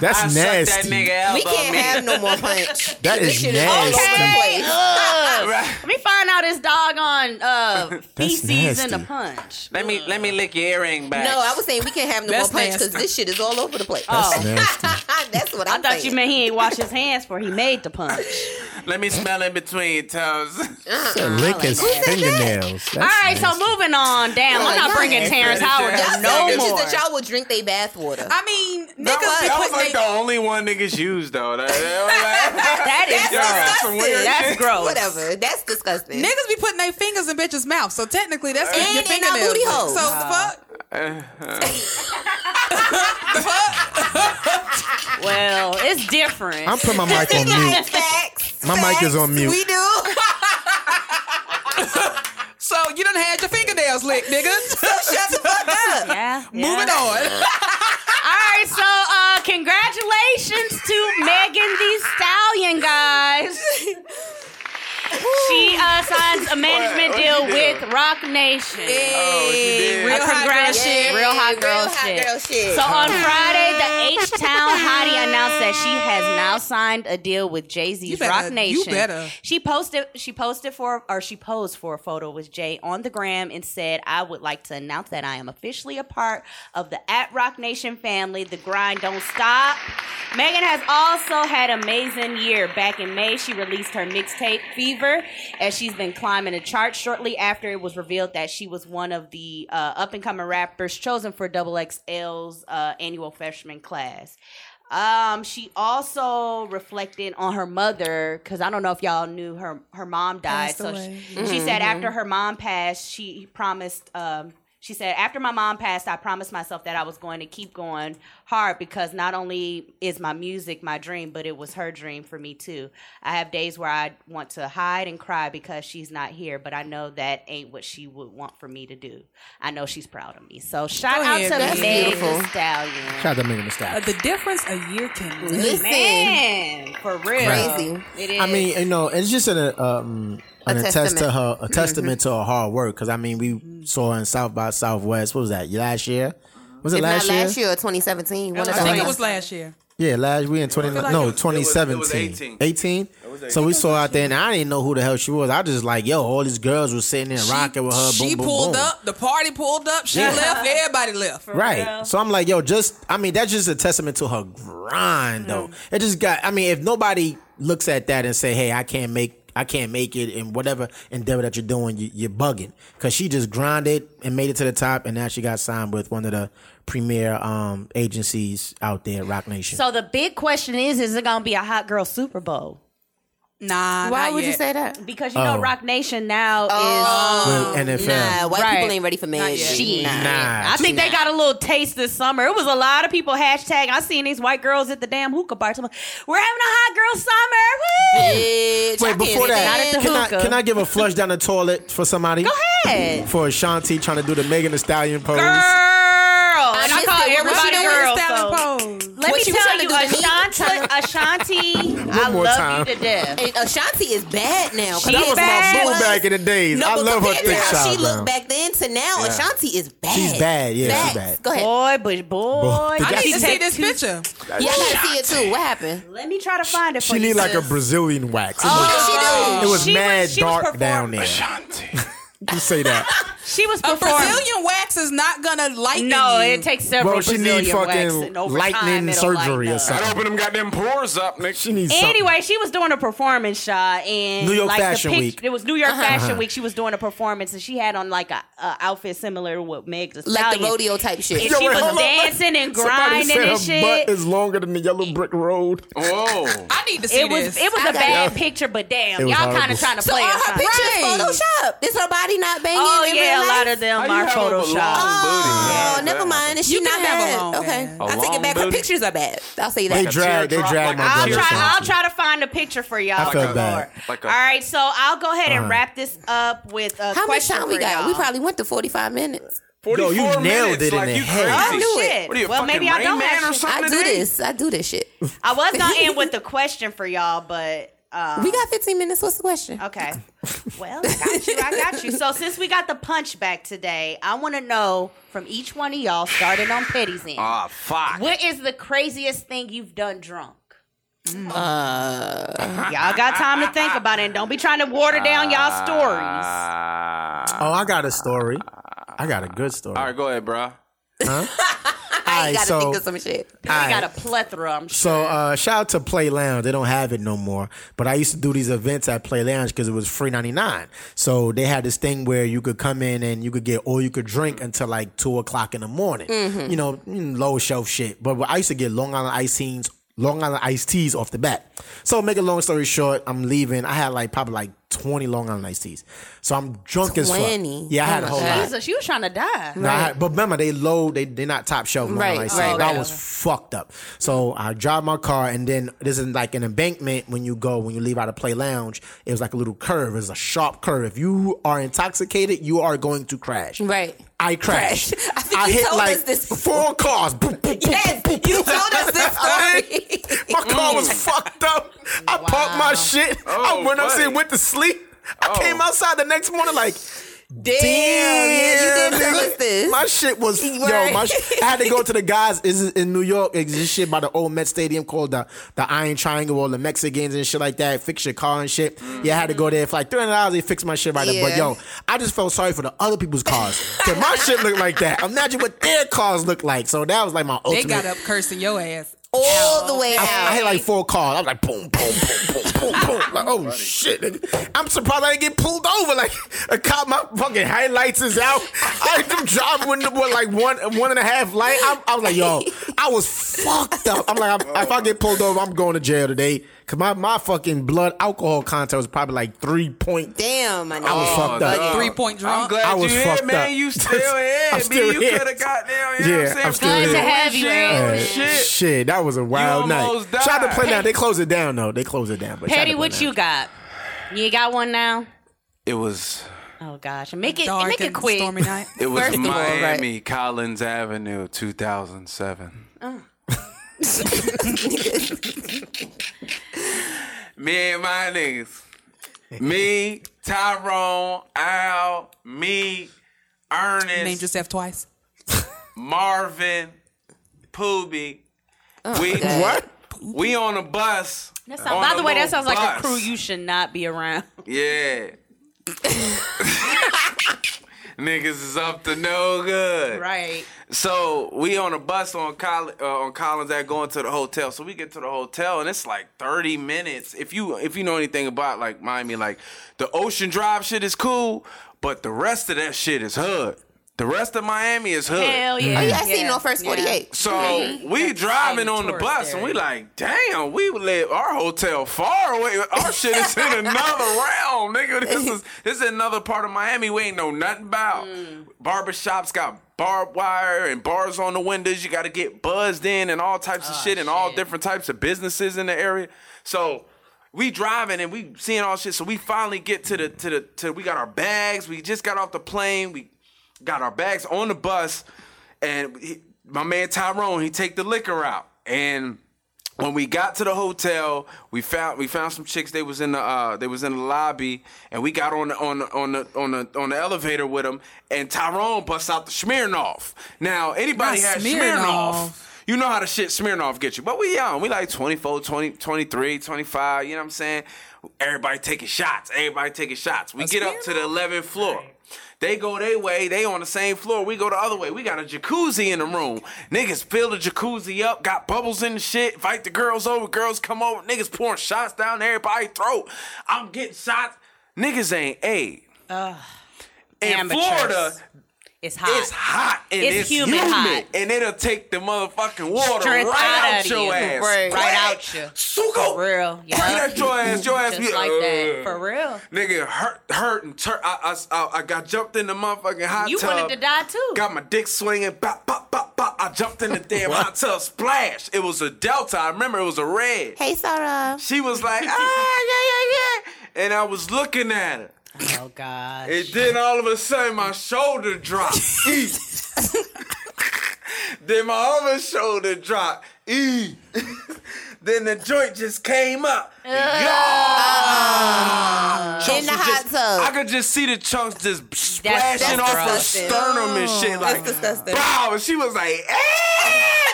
S4: That's
S7: I sucked
S4: nasty.
S7: that nigga elbow,
S5: We can't
S7: man.
S5: have no more punch.
S4: That
S5: This
S4: is
S5: shit all over the
S4: nasty.
S5: place.
S8: Ugh. Let me find out his dog on uh, feces and
S4: nasty.
S8: a punch.
S7: Let me let me lick your earring back.
S5: No, I was saying we can't have no more
S6: That's
S5: punch because
S6: nasty.
S5: this shit is all over the place.
S8: Oh.
S4: Nasty.
S5: That's what
S8: I
S5: I'm
S8: thought
S5: saying.
S8: you meant he ain't wash his hands before he made the punch.
S7: Let me smell in between your toes.
S4: Lick his
S5: that.
S4: fingernails. That's
S8: All right, so
S4: nasty.
S8: moving on down. I'm
S5: y'all
S8: not bringing
S5: nasty.
S8: Terrence Howard
S5: Y'all
S8: down
S5: said
S8: no
S5: bitches
S8: more.
S5: that y'all will drink they bath water.
S6: I mean,
S7: That was,
S6: niggas be
S7: that was
S6: putting
S7: like
S6: they-
S7: the only one niggas used though. That, that was like-
S8: That is
S7: Y'all got some weird
S8: That's
S7: shit.
S8: gross.
S5: Whatever. That's disgusting.
S6: Niggas be putting their fingers in bitches' mouths, so technically that's
S5: And
S6: your
S5: in our
S6: fingernails.
S5: booty holes.
S6: So the fuck,
S8: Well, it's different.
S4: I'm putting my mic on mute.
S5: Facts.
S4: My mic is
S5: Facts.
S4: on mute.
S5: We do.
S6: so you done had your fingernails licked, nigga.
S5: Shut the fuck up.
S8: yeah, yeah.
S6: Moving on.
S8: All right, so uh, congratulations to Megan the Stallion, guys. she uh, signs a
S7: What-
S8: management
S7: what
S8: deal
S7: she
S8: with
S7: doing?
S8: Rock Nation.
S7: Oh, she did.
S6: Real hot girl
S8: Congrats.
S6: shit.
S8: Real hot
S5: Real
S8: girl
S5: hot
S8: shit.
S5: girl shit.
S8: So on Friday, the H Town Hottie announced that she has now signed a deal with Jay
S6: You
S8: Z's
S6: better-
S8: Rock
S6: you
S8: Nation.
S6: better.
S8: She posted she posted for or she posed for a photo with Jay on the gram and said, "I would like to announce that I am officially a part of the At Rock Nation family. The grind don't stop." Megan has also had an amazing year. Back in May, she released her mixtape Fever, as she's been climbing the charts. Shortly after, it was revealed that she was one of the uh, up and coming rappers chosen for Double XL's uh, annual freshman class. Um, she also reflected on her mother because I don't know if y'all knew her her mom died.
S6: Passed
S8: So she,
S6: away.
S8: she said
S5: Mm-hmm.
S8: after her mom passed, she promised. Um, she said after my mom passed, I promised myself that I was going to keep going hard because not only is my music my dream, but it was her dream for me too. I have days where I want to hide and cry because she's not here, but I know that ain't what she would want for me to do. I know she's proud of me. So shout
S6: Go
S8: out
S6: ahead,
S8: to
S6: that's
S8: Meg
S5: beautiful.
S8: Thee Stallion.
S4: Shout out to Megan Thee Stallion.
S6: the difference a year can
S5: Listen.
S8: Man, for real.
S5: Crazy.
S8: It is.
S4: I mean, you know, it's just an uh, um, an
S5: A
S4: attest to
S5: testament.
S4: her, a testament to her hard work. Because I mean, we saw her in South by Southwest. What was that? Last year? Was it
S5: If
S4: last,
S5: not
S4: year?
S5: last year or 2017. One of
S6: I think
S5: those.
S6: it was last year.
S4: Yeah, last we in twenty
S6: like it
S4: no
S6: was-
S4: twenty seventeen.
S7: 18.
S4: Eighteen. So we saw her out there, and I didn't know who the hell she was. I just like, yo, all these girls were sitting there rocking with her.
S6: She
S4: boom, boom,
S6: pulled
S4: boom.
S6: up. The party pulled up. She left. Everybody left.
S4: Right. So I'm like, yo, just I mean, that's just a testament to her grind though.
S8: Mm-hmm.
S4: It just got I mean, if nobody looks at that and say, Hey, I can't make I can't make it in whatever endeavor that you're doing, you, you're bugging. Cause she just grinded and made it to the top and now she got signed with one of the premier um agencies out there, Rock Nation.
S8: so the big question is: Is it gonna be a hot girl Super Bowl?
S6: Nah.
S5: Why
S6: not
S5: would you
S6: yet.
S5: say that?
S8: Because you know,
S4: Oh.
S8: Rock Nation now
S5: Oh.
S8: is.
S4: with NFL.
S5: Um, Nah, white
S8: Right.
S5: people ain't ready for marriage.
S6: yet.
S5: She. Nah.
S4: Nah.
S8: I think they got a little taste this summer. It was a lot of people hashtag. I seen these white girls at the damn hookah bar. Talking about, We're having a hot girl summer. Woo!
S5: Bitch, I
S4: Wait,
S5: can't
S4: before that,
S5: stand-
S8: Not at the
S4: can I,
S8: hookah.
S4: can I give a flush down the toilet for somebody? Go
S8: ahead.
S4: For Ashanti trying to do the Megan Thee Stallion pose.
S8: Girl, and I
S5: missed
S8: call
S5: it. What was she
S8: everybody
S5: doing with
S8: girl.
S6: Styling
S8: so-
S6: pose.
S8: Let Let
S5: What
S8: me
S5: you
S8: tell
S5: tryna
S8: you,
S5: do to me?
S8: Ashanti, Ashanti, I
S4: more
S8: love
S4: time.
S8: you to death.
S5: And Ashanti is bad now. 'cause
S8: She
S5: that's
S8: was my
S5: how she
S8: boo
S4: back in the days. I
S5: but
S4: love her
S5: compared to
S4: thick
S5: how
S4: child
S5: She
S4: now.
S5: looked back then to now. Ashanti is bad.
S4: She's bad, yeah, she's
S5: Facts.
S4: bad.
S5: Go ahead.
S8: Boy, but boy,
S4: Did
S6: I
S4: That
S6: need
S4: she
S6: to see
S8: take
S6: this
S8: two-
S6: picture.
S5: Yeah, I gotta see it too. What happened?
S8: Let me try to find it.
S4: She
S8: for
S4: need
S8: you,
S4: like a
S8: sis.
S4: Brazilian wax. It
S5: Oh,
S4: was, it was
S8: she was-
S4: mad
S8: she was
S4: dark
S8: perform-
S4: down there. You say that.
S8: She was
S6: A
S8: performing.
S6: Brazilian wax is not gonna lighten
S8: No,
S6: you.
S8: it takes several.
S4: Bro, she
S8: Brazilian
S4: need
S8: waxes,
S4: fucking
S8: and over
S4: lightning
S8: time, it'll
S4: surgery
S8: lighten
S4: or
S8: up.
S4: something.
S7: Open them goddamn pores up, nigga.
S4: She needs something.
S8: Anyway, she was doing a performance shot in
S4: New York
S8: like, the
S4: Fashion
S8: pic-
S4: Week.
S8: It was New York
S5: Uh-huh.
S8: Fashion Week. She was doing a performance and she had on like a, a outfit similar to what Meg the
S5: Like the
S8: Stallion.
S5: rodeo type shit.
S8: And
S4: Yo,
S8: she
S4: wait,
S8: was
S4: hold on.
S8: dancing and
S4: Somebody
S8: grinding
S4: said
S8: and
S4: her butt
S8: shit.
S4: is longer than the yellow brick road.
S7: Whoa.
S6: I need to see
S8: It was
S6: this.
S8: it was
S5: I
S8: a
S5: got
S8: bad
S5: it.
S8: picture, but
S4: It
S8: damn,
S4: was
S8: y'all kind
S4: horrible.
S8: of trying to
S5: so
S8: play
S5: all
S8: us.
S5: her
S8: huh?
S5: pictures
S6: Right.
S5: Photoshop. Is her body not banging?
S8: Oh
S5: in
S8: yeah,
S5: real
S8: a lot
S5: life?
S8: of them
S7: How you
S8: are
S7: have a long
S8: photoshopped.
S7: booty?
S5: Oh,
S7: Yeah,
S5: never
S7: man.
S5: mind. Is she
S6: You
S5: not
S6: can have a
S5: bad?
S6: long
S5: okay,
S6: man.
S7: A
S5: I take
S7: long
S5: it back. Her
S7: booty?
S5: pictures are bad. I'll say
S4: They
S5: that.
S4: dragged, they
S7: teardrop
S4: dragged
S7: like
S4: my
S8: I'll
S7: a
S4: brother.
S8: try. I'll
S4: Ashanti.
S8: try to find a picture for y'all.
S4: I felt
S8: for
S4: bad.
S8: sure.
S7: Like a-
S8: All right, so I'll go ahead and
S4: Uh-huh.
S8: wrap this up with a
S5: How much
S8: question
S5: time we
S8: for
S5: got?
S8: y'all.
S5: We probably went to forty-five minutes.
S4: Yo, you nailed
S7: 44 minutes,
S4: it in
S7: like,
S4: the
S7: you
S4: head.
S5: I
S7: crazy.
S5: knew it.
S7: What are you,
S8: Oh, Well,
S7: fucking
S8: maybe I
S7: Rain
S8: don't
S7: Man
S8: have
S7: or
S8: shit.
S5: I
S7: something
S5: do
S7: today?
S5: this. I do this shit.
S8: I was gonna end with the question for y'all, but um,
S5: We got fifteen minutes. What's the question?
S8: okay. Well, I got you. I got you. So since we got the punch back today, I want to know from each one of y'all, starting on Petty's end,
S7: Ah, fuck.
S8: what is the craziest thing you've done drunk? Uh, y'all got time to think about it. And don't be trying to water down y'all stories.
S7: Ah.
S4: Oh, I got a story. I got a good story.
S7: All right, go ahead, bro.
S5: I
S4: All right,
S5: ain't gotta
S4: so-
S5: think of some shit.
S8: We got a plethora. I'm sure.
S4: So uh, shout out to Play Lounge. They don't have it no more. But I used to do these events at Play Lounge because it was free ninety nine. So they had this thing where you could come in and you could get all you could drink until like two o'clock in the morning.
S5: Mm-hmm.
S4: You know, mm, low shelf shit. But I used to get Long Island ice teas, Long Island iced teas off the bat. So make a long story short, I'm leaving. I had like probably like twenty Long Island iced teas. So I'm drunk as
S5: 20?
S4: fuck. Yeah, I
S5: Oh
S4: had a
S5: my
S4: whole
S5: God.
S4: lot.
S8: Jesus, you was trying to die.
S4: No, I had- but remember they low, they they not top shelf. Right,
S5: Right,
S4: like,
S5: right,
S4: so
S5: right.
S4: I was fucked up. So I drive my car, and then this is like an embankment when you go when you leave out of play lounge. It was like a little curve. It was a sharp curve. If you are intoxicated, you are going to crash.
S5: Right.
S4: I crashed.
S5: Crash. I think you
S4: hit
S5: told
S4: like
S5: us this before.
S4: four cars. Boom, boom, boom,
S5: Yes, Mm.
S4: boom,
S5: you
S4: boom.
S5: told us this story.
S4: My car was fucked up. I parked my shit. I
S7: Oh,
S4: went
S7: buddy.
S4: upstairs, went to sleep. I
S7: Oh.
S4: came outside the next morning like.
S5: Damn, yeah, you
S4: Damn,
S5: did tell
S4: nigga.
S5: us this.
S4: My shit was yo.
S5: Right.
S4: My sh- I had to go to the guys. This is in New York. It's this shit by the old Met Stadium called the the Iron Triangle or the Mexicans and shit like that. Fix your car and shit. Yeah, I had to go there for like three hundred dollars. They fixed my shit right there. But
S5: Yeah.
S4: yo, I just felt sorry for the other people's cars. Cause my shit looked like that. Imagine what their cars looked like. So that was like my
S6: they
S4: ultimate.
S6: got up cursing your ass.
S5: all the way out.
S4: I hit like four cars. I was like boom, boom, boom, boom, boom, boom. Like, oh shit! nigga. I'm surprised I didn't get pulled over. Like a cop, my fucking headlights is out. I am driving with, with like one one and a half light. I'm, I was like, yo, I was fucked up. I'm like, I'm, if I get pulled over, I'm going to jail today. Cause my my fucking blood alcohol content was probably like three point.
S5: Damn, I know.
S4: I was fucked up.
S7: dog.
S6: Three point drunk.
S7: Oh, I'm glad
S4: I was
S7: you
S4: fucked
S7: here, man.
S4: up.
S7: You still here.
S4: I'm
S7: B.
S4: still
S7: you
S4: here.
S7: could have got down. You
S4: Yeah,
S7: know what I'm saying?
S4: I'm still Glad to here.
S8: have you
S7: Windshield,
S8: here.
S7: Oh, Shit.
S4: Shit, that was a wild night.
S7: almost
S4: Shout out to
S7: died.
S4: Play Now. They closed it down though. They closed it down. But shout out
S8: Petty,
S4: to
S8: what
S4: Play Now.
S8: you got? You ain't got one now?
S7: It was.
S8: Oh gosh, make it
S6: Dark
S8: make it
S6: and
S8: quick.
S6: stormy night.
S7: It was
S5: First of all, right.
S7: Miami Collins Avenue, 2007.
S5: Oh.
S7: me and my niggas. Me, Tyrone, Al, me,
S6: Named
S7: Ernest,
S6: yourself twice.
S7: Marvin, Pooby. we
S5: God.
S4: What?
S7: we on a bus.
S8: That sounds-
S7: On
S8: by
S7: a
S8: the way, that
S7: little
S8: sounds like
S7: bus.
S8: a crew you should not be around.
S7: Yeah. Niggas is up to no good.
S8: Right.
S7: So we on a bus on Col- uh, on Collins Ave going to the hotel. So we get to the hotel and it's like thirty minutes. If you if you know anything about like Miami, like the Ocean Drive shit is cool, but the rest of that shit is hood. The rest of Miami is hood.
S8: Hell yeah.
S5: Oh, yeah, I seen it on first 48.
S7: So we driving on the
S6: tourist
S7: bus and we like, damn, we live our hotel far away. Our shit is in another realm, nigga. This is this is another part of Miami we ain't know nothing about. Barbershops got barbed wire and bars on the windows. You got to get buzzed in and all types of shit and all different types of businesses in the area. So we driving and we seeing all shit. So we finally get to the to the to we got our bags. We just got off the plane. We got our bags on the bus, and he, my man Tyrone he take the liquor out. and when we got to the hotel, we found we found some chicks. They was in the uh, they was in the lobby, and we got on the on the on the on the, on the elevator with them. And Tyrone busts out the Smirnoff. Now anybody
S6: Not
S7: has
S6: Smirnoff.
S7: Smirnoff. You know how the shit Smirnoff get you. But we young. We like 24, 20, 23, 25. You know what I'm saying? Everybody taking shots. Everybody taking shots. We
S6: A
S7: get up to the
S6: Smirnoff?
S7: 11th floor. They go their way. They on the same floor. We go the other way. We got a jacuzzi in the room. Niggas fill the jacuzzi up. Got bubbles in the shit. Invite the girls over. Girls come over. Niggas pouring shots down everybody's throat. I'm getting shots. Niggas ain't a. in
S8: amateurs.
S7: Florida,
S8: It's hot.
S7: it's hot and
S8: It's
S7: it's,
S8: humid
S7: humid,
S8: hot.
S7: and it'll take the motherfucking water
S8: Straight
S7: right
S8: out
S7: out,
S8: of you.
S7: your ass,
S8: Right. Right
S7: Quick.
S8: out you.
S7: Suko,
S8: real. Yeah.
S7: right at your ass, your ass
S8: Just
S7: be
S8: like that.
S7: "Ugh."
S8: For real.
S7: Nigga, hurt, hurt, and tur- I, I, I, I got jumped in the motherfucking hot
S8: You
S7: tub.
S8: wanted to die too.
S7: Got my dick swinging, bop, bop, bop, bop. I jumped in the damn hot tub, splash. It was a Delta. I remember it was a red.
S5: Hey, Sarah.
S7: She was like, ah, yeah, yeah, yeah, and I was looking at her.
S8: Oh God.
S7: And then all of a sudden, my shoulder dropped. E. then my other shoulder dropped. E. then the joint just came up. Yeah. Chunks
S5: In the
S7: was
S5: hot
S7: just-
S5: tub.
S7: I could just see the chunks just splashing
S8: that's
S7: off her
S8: disgusting.
S7: sternum and shit. Like,
S5: disgusting.
S7: wow. And she was like,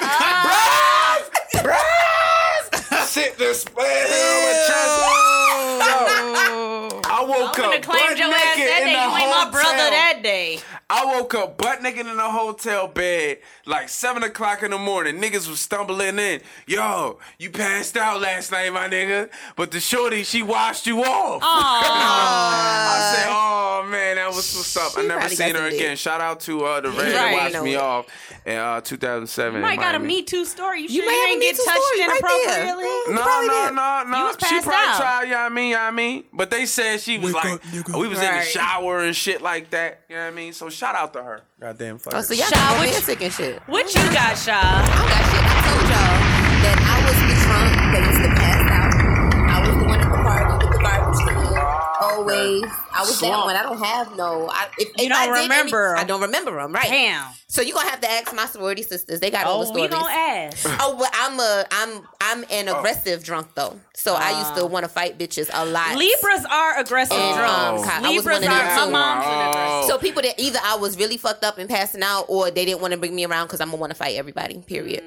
S8: Ah.
S7: eh, bros, bros. Shit just splashed on my chest. So, I woke
S8: I'm
S7: up
S8: gonna claim
S7: butt
S8: your ass
S7: naked
S8: that
S7: in
S8: day. You
S7: the
S8: ain't my brother
S7: hotel.
S8: that day.
S7: I woke up butt naked in a hotel bed, like seven o'clock in the morning. Niggas was stumbling in. Yo, you passed out last night, my nigga. But the shorty, she washed you off. I said, oh man, that was what's up. I
S5: She
S7: never
S5: probably
S7: seen
S5: got
S7: her
S5: some
S7: again.
S5: dick.
S7: Shout out to uh, the red
S8: Right.
S7: that washed
S5: Know
S7: me
S5: it.
S7: off in uh, 2007.
S8: You
S7: in
S8: might got a
S7: Miami.
S8: Me Too story. You,
S5: You
S8: sure
S5: might
S8: you
S5: have
S8: ain't
S5: a Me
S8: get
S5: Too
S8: touched
S5: story right there.
S8: inappropriately?
S5: Mm.
S7: No,
S5: probably
S7: no,
S5: did.
S7: no,
S8: You
S7: no.
S8: was
S7: She probably
S8: passed out.
S7: tried, you know what I mean? You know what I mean? But they said she was like, we was in the
S8: Right.
S7: shower and shit like that. You know what I mean? So shout out to her. Goddamn fuck.
S5: Oh, so y'all
S8: Shaw,
S5: got
S8: what you-
S5: romantic and shit.
S8: What you got, Shaw?
S5: I don't got shit. I told y'all that I was the drunk that used to pass out. I was the one at the party with the garbage can. Always. I was that one. I don't have no. I, if, if
S8: You don't
S5: I did
S8: remember 'em.
S5: Any, I don't remember them, right?
S8: Damn.
S5: So you're going to have to ask my sorority sisters. They got all the
S8: Oh, we
S5: stories.
S8: gonna ask.
S5: Oh well, I'm a I'm I'm an aggressive drunk though, so I used
S8: Ah.
S5: to want to fight bitches a lot.
S8: Libras are aggressive
S5: And, um,
S8: drunks.
S5: I was
S8: Libras
S5: one
S8: are.
S5: of them Oh.
S8: My
S5: too.
S8: mom's an aggressive.
S5: So people that either I was really fucked up and passing out, or they didn't want to bring me around because I'm gonna want to fight everybody. Period.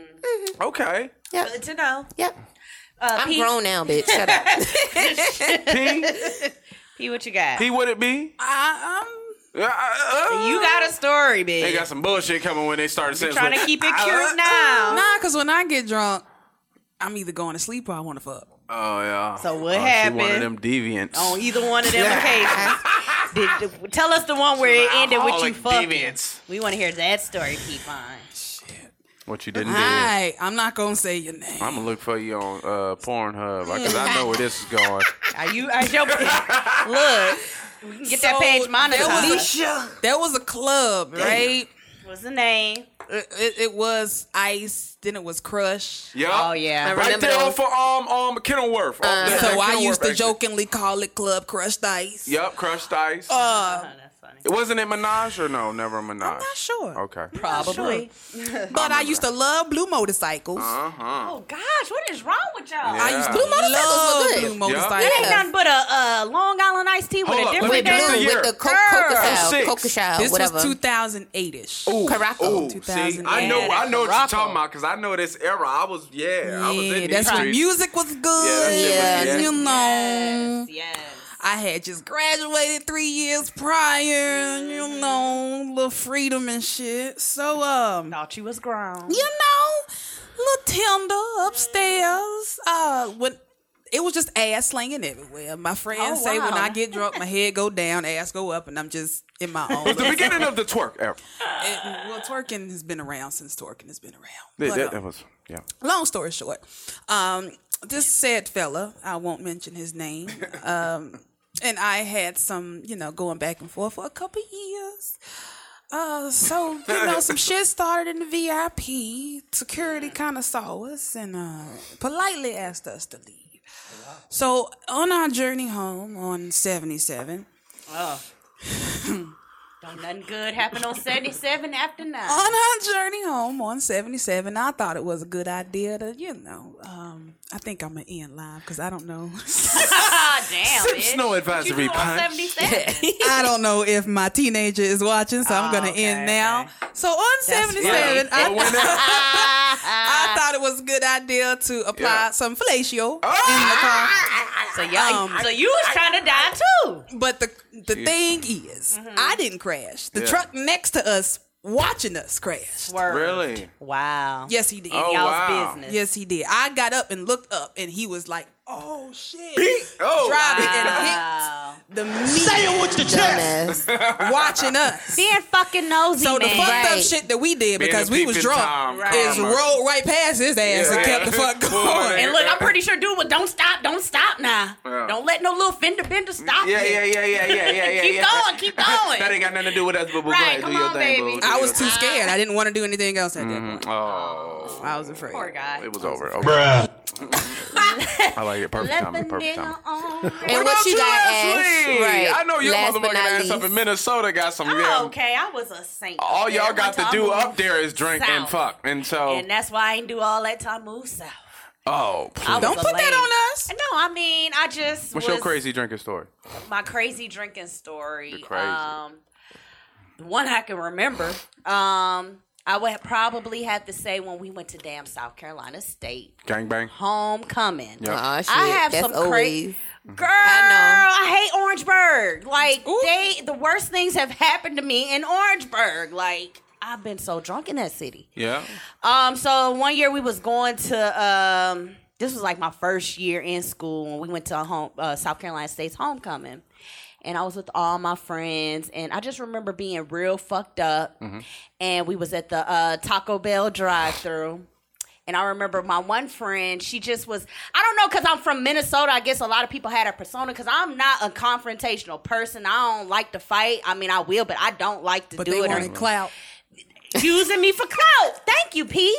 S8: Mm.
S7: Okay.
S8: Good to know. Uh,
S5: Yep. I'm
S8: P-
S5: grown now, bitch. Shut up.
S7: P,
S8: P, what you got?
S7: P, what it be?
S6: I, um,
S7: Uh, uh, uh.
S8: you got a story, bitch.
S7: They got some bullshit coming when they started saying. Uh,
S8: Trying to keep it cute now.
S6: Nah, because when I get drunk, I'm either going to sleep or I want to fuck.
S7: Oh yeah.
S8: So
S7: oh, She one
S8: what
S7: of
S8: happened? Oh,
S7: them deviants.
S8: on either one of them occasions. Did, tell us the one where it ended with you
S7: Alcoholic
S8: fucking.
S7: deviants.
S8: We want to hear that story, Peepon.
S7: What you didn't do. I'm
S6: Hi, I'm not going to say your name.
S7: gonna look for you on uh, Pornhub because I know where this is going.
S8: Are you? Are your, look, we can get that
S6: So,
S8: page
S6: there
S8: monetized.
S6: was There was a club, right?
S8: What's the name?
S6: It, it, it was Ice, then it was Crush.
S7: Yep.
S8: Oh yeah.
S7: Right
S5: Remember
S7: there
S5: those?
S7: for um um
S8: Uh,
S7: Kenilworth. Um, that- that
S6: So I
S7: Kenilworth
S6: used to
S7: exit.
S6: jokingly call it Club Crushed Ice.
S7: Yep, crushed ice.
S8: Oh, that's funny.
S7: Wasn't it Minaj or no? Never Minaj.
S6: I'm not sure.
S7: Okay.
S8: Probably.
S6: But I used to love blue motorcycles.
S7: Uh huh.
S8: Oh gosh, what is wrong with y'all?
S7: Yeah.
S6: I used to
S7: Blue
S5: motorcycles were
S6: love
S5: good.
S6: blue
S5: Yeah.
S6: motorcycles.
S8: It ain't nothing but a uh, Long Island iced tea with
S7: Hold
S8: a
S7: up, let
S8: different
S7: me
S5: with
S7: get
S8: name.
S7: this
S5: blue,
S7: year.
S5: with the co-
S8: Girl.
S5: coca style,
S7: 06.
S5: coca style,
S6: This
S5: whatever.
S6: was 2008ish.
S7: Ooh,
S5: Caraco.
S7: Ooh, see, I know, I know what you're
S8: Caraco.
S7: talking about because I know this era. I was, yeah, I was
S6: yeah,
S7: in
S6: that's
S7: these
S6: when
S7: streets.
S6: music was good.
S7: Yeah, that shit was-
S6: you know.
S8: Yes.
S6: I had just graduated three years prior, you know, little freedom and shit. So, um,
S8: Thought you was grown.
S6: you know, little tender upstairs. Uh, when it was just ass slinging everywhere. My friends
S8: Oh,
S6: say when
S8: wow.
S6: I get drunk, my head go down, ass go up, and I'm just in my own.
S7: It's the beginning of the twerk era.
S6: It- well, twerking has been around since twerking has been around.
S7: Yeah,
S6: But,
S7: that,
S6: uh,
S7: that was, yeah.
S6: long story short, um, this said fella, I won't mention his name, um, and I had some, you know, going back and forth for a couple years. Uh, so you know, some shit started in the VIP. Security kind of saw us and uh, politely asked us to leave. So on our journey home on seventy seven,
S8: Ain't nothing good happened on 77 after 9.
S6: on our journey home on 77 i thought it was a good idea to you know um i think i'm gonna end live because i don't know
S8: Ah, damn,
S7: Sips
S8: bitch.
S7: no
S8: What
S7: advisory
S8: you do on
S7: punch.
S8: 77?
S6: i don't know if my teenager is watching so i'm
S8: Oh,
S6: gonna
S8: okay,
S6: end now
S8: okay.
S6: so on 77
S7: Yeah.
S6: I,
S7: But when that-
S6: I thought it was a good idea to apply
S7: Yeah. Oh.
S6: some fellatio in the car
S7: Ah!
S8: so, y'all,
S6: Um,
S8: so you was trying to die too.
S6: But the the thing is, I didn't crash. The
S7: Yeah.
S6: truck next to us watching us crashed.
S8: Swerved.
S7: Really?
S8: Wow.
S6: Yes, he did.
S7: Oh,
S8: Y'all's
S7: wow.
S8: business.
S6: Yes, he did. I got up and looked up, and he was like, "Oh shit!"
S7: Oh,
S6: Driving
S8: Wow.
S6: and hit the meat. Say it with your chest. watching us.
S8: Being fucking nosy,
S6: So the
S8: man.
S6: fucked up
S5: Right.
S6: shit that we did
S7: Being
S6: because
S7: a
S6: we was
S7: peeping
S6: drunk
S7: Tom,
S6: is
S7: karma.
S6: rolled right past his ass
S7: Yeah.
S6: and kept the fuck
S7: Well,
S6: going.
S7: man.
S8: And look, I'm pretty sure dude was don't stop, don't stop now.
S7: Yeah.
S8: Don't let no little fender bender stop
S7: Yeah,
S8: you.
S7: yeah, yeah, yeah, yeah, yeah, yeah.
S8: Keep
S7: yeah.
S8: going, keep going.
S7: that ain't got nothing to do with us, but we're
S8: Right,
S7: right,
S8: come
S7: do your
S8: on,
S7: thing,
S8: baby.
S7: boo. Do
S6: I
S7: your
S6: was too
S7: thing.
S6: scared. I didn't want to do anything else at
S7: Mm-hmm.
S6: that point.
S7: Oh,
S6: I was afraid.
S8: Poor guy.
S7: it was over. Okay. I like it. Perfect timing. Perfect timing.
S8: on.
S5: And what you got asked,
S7: Ashley?
S5: right?
S7: I know your
S5: last but
S7: motherfucking
S5: not
S7: ass up
S5: least.
S7: in Minnesota got some.
S8: Oh,
S7: damn-
S8: okay, I was a saint.
S7: All
S8: Okay,
S7: y'all
S8: once
S7: got to
S8: I
S7: do
S8: moved
S7: up there is drink and
S8: south.
S7: fuck, and so
S8: And that's why I ain't do all that till I moved south.
S7: oh,
S8: I
S6: Don't
S8: was a
S6: put that
S8: lame.
S6: on us.
S8: No, I mean I just
S7: what's
S8: was
S7: your crazy drinking story?
S8: my crazy drinking story.
S7: You're crazy.
S8: Um, the one I can remember. Um, I would probably have to say when we went to damn South Carolina State
S7: Gang bang.
S8: homecoming.
S7: Yeah.
S5: Aw, shit.
S8: I have
S5: That's
S8: some
S5: always.
S8: crazy. Girl, I, hate Orangeburg. Like they, the worst things have happened to me in Orangeburg. Like I've been so drunk in that city.
S7: Yeah.
S8: Um, so one year we was going to um, this was like my first year in school when we went to a home uh, South Carolina State's homecoming, and I was with all my friends, and I just remember being real fucked up, and we was at the uh, Taco Bell drive-through. And I remember my one friend, she just was, I don't know, because I'm from Minnesota. I guess a lot of people had a persona because I'm not a confrontational person. I don't like to fight. I mean, I will, but I don't like to
S6: But
S8: do
S6: they
S8: it. or-
S6: wanted clout.
S8: using me for clout. Thank you, P.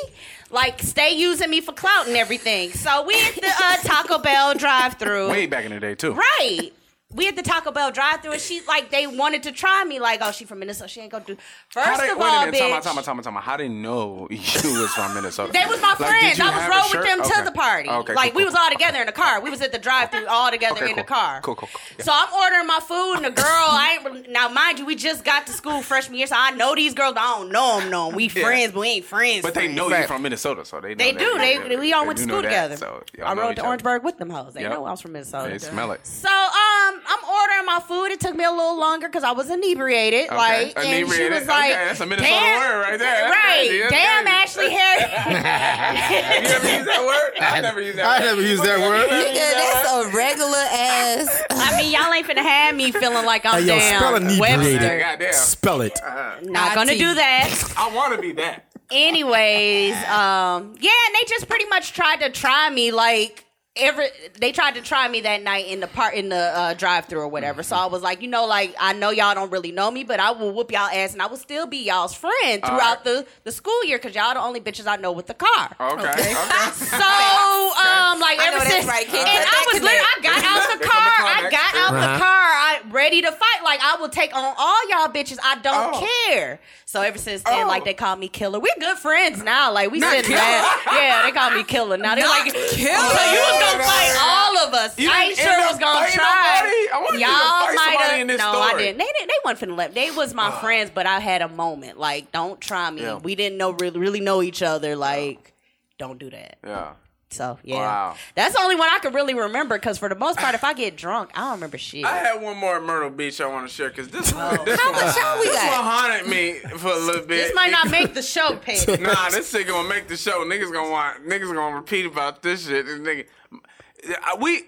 S8: Like, stay using me for clout and everything. So we at the uh, Taco Bell drive-through.
S7: Way back in the day too.
S8: Right. We at the Taco Bell drive-through, and she like they wanted to try me. Like, oh, she from Minnesota. She ain't gonna do.
S7: How
S8: First
S7: they,
S8: of
S7: wait
S8: all,
S7: a minute, time out,
S8: bitch.
S7: time out, time out, time out. How they know you was from Minnesota?
S8: They was my
S7: Like, did
S8: friends.
S7: you
S8: I was
S7: have a
S8: rolling
S7: shirt?
S8: with them
S7: Okay. Oh,
S8: to the party.
S7: Okay,
S8: like
S7: cool,
S8: we
S7: cool,
S8: was all together in the car. We was at the drive-through all together
S7: Okay,
S8: in the
S7: cool.
S8: car.
S7: Cool, cool, cool. Yeah.
S8: So I'm ordering my food, and the girl, I ain't re- now mind you, we just got to school freshman year, so I know these girls. I don't know them, no. We
S7: Yeah.
S8: friends, but we ain't friends.
S7: But they
S8: friends.
S7: know
S5: Right.
S7: you from Minnesota, so they know
S8: They
S7: that.
S8: do. They, we all went
S7: do
S8: to
S7: know
S8: school
S7: that,
S8: together.
S7: so y'all
S8: I
S7: know
S8: rode
S7: each
S8: to
S7: other.
S8: Orangeburg with them hoes. They
S7: Yep.
S8: know I was from Minnesota.
S7: They smell it.
S8: So um, I'm ordering my food. It took me a little longer because I was inebriated. Like, and she
S7: Inebriated.
S8: was like,
S7: Okay, that's a Minnesota
S8: "Damn-
S7: word right there. That's
S8: right?
S7: crazy. That's
S8: Damn,
S7: crazy.
S8: Ashley Harry.
S7: You ever use that word? I never use that.
S4: I
S7: word.
S4: never used that word.
S5: Nigga, that's a regular ass.
S8: I mean, y'all ain't finna have me feeling like I'm
S4: Hey, yo,
S8: damn
S4: spell
S8: Webster.
S4: inebriated.
S7: Goddamn.
S4: Spell it.
S8: Not gonna do that.
S7: I want to be that.
S8: anyways um yeah and they just pretty much tried to try me like every they tried to try me that night in the part in the uh, drive through or whatever so i was like you know like i know y'all don't really know me but i will whoop y'all ass and i will still be y'all's friend throughout
S7: right.
S8: the the school year because y'all the only bitches i know with the car
S7: Okay.
S8: so um
S5: I
S8: like
S5: know
S8: ever
S5: that's
S8: since
S5: right, kid. Cut
S8: and I
S5: that
S8: was literally I got out the
S7: They
S8: car
S7: come to
S8: I
S7: Kleenex.
S8: got out the car I ready to fight like I will take on all y'all bitches I don't
S7: Oh.
S8: care so ever since then
S7: Oh.
S8: like they call me killer we're good friends now like we sitting there yeah they call me killer now they're like
S6: Killer.
S8: so you was gonna
S7: Oh,
S8: fight
S7: no.
S8: all of us
S7: You
S8: I
S7: didn't
S8: ain't sure
S7: end up
S8: was gonna
S7: fighting
S8: try
S7: nobody? I wanted you to fight
S8: might've-
S7: somebody in this
S8: no I
S7: story. Uh.
S8: didn't they didn't they weren't finna let they was my friends but I had a moment like don't try me
S7: Yeah.
S8: we didn't know really really know each other like don't do that
S7: Yeah.
S8: so yeah,
S7: Wow.
S8: that's the only one I could really remember. Because for the most part, if I get drunk, I don't remember shit.
S7: I had one more at Myrtle Beach I want to share because this one, this
S5: How
S7: one,
S5: much y'all we
S7: this one
S5: got?
S7: haunted me for a little bit.
S8: this might not make the show, Pete.
S7: nah, this shit gonna make the show. Niggas gonna want. Niggas gonna repeat about this shit. This nigga, Uh, we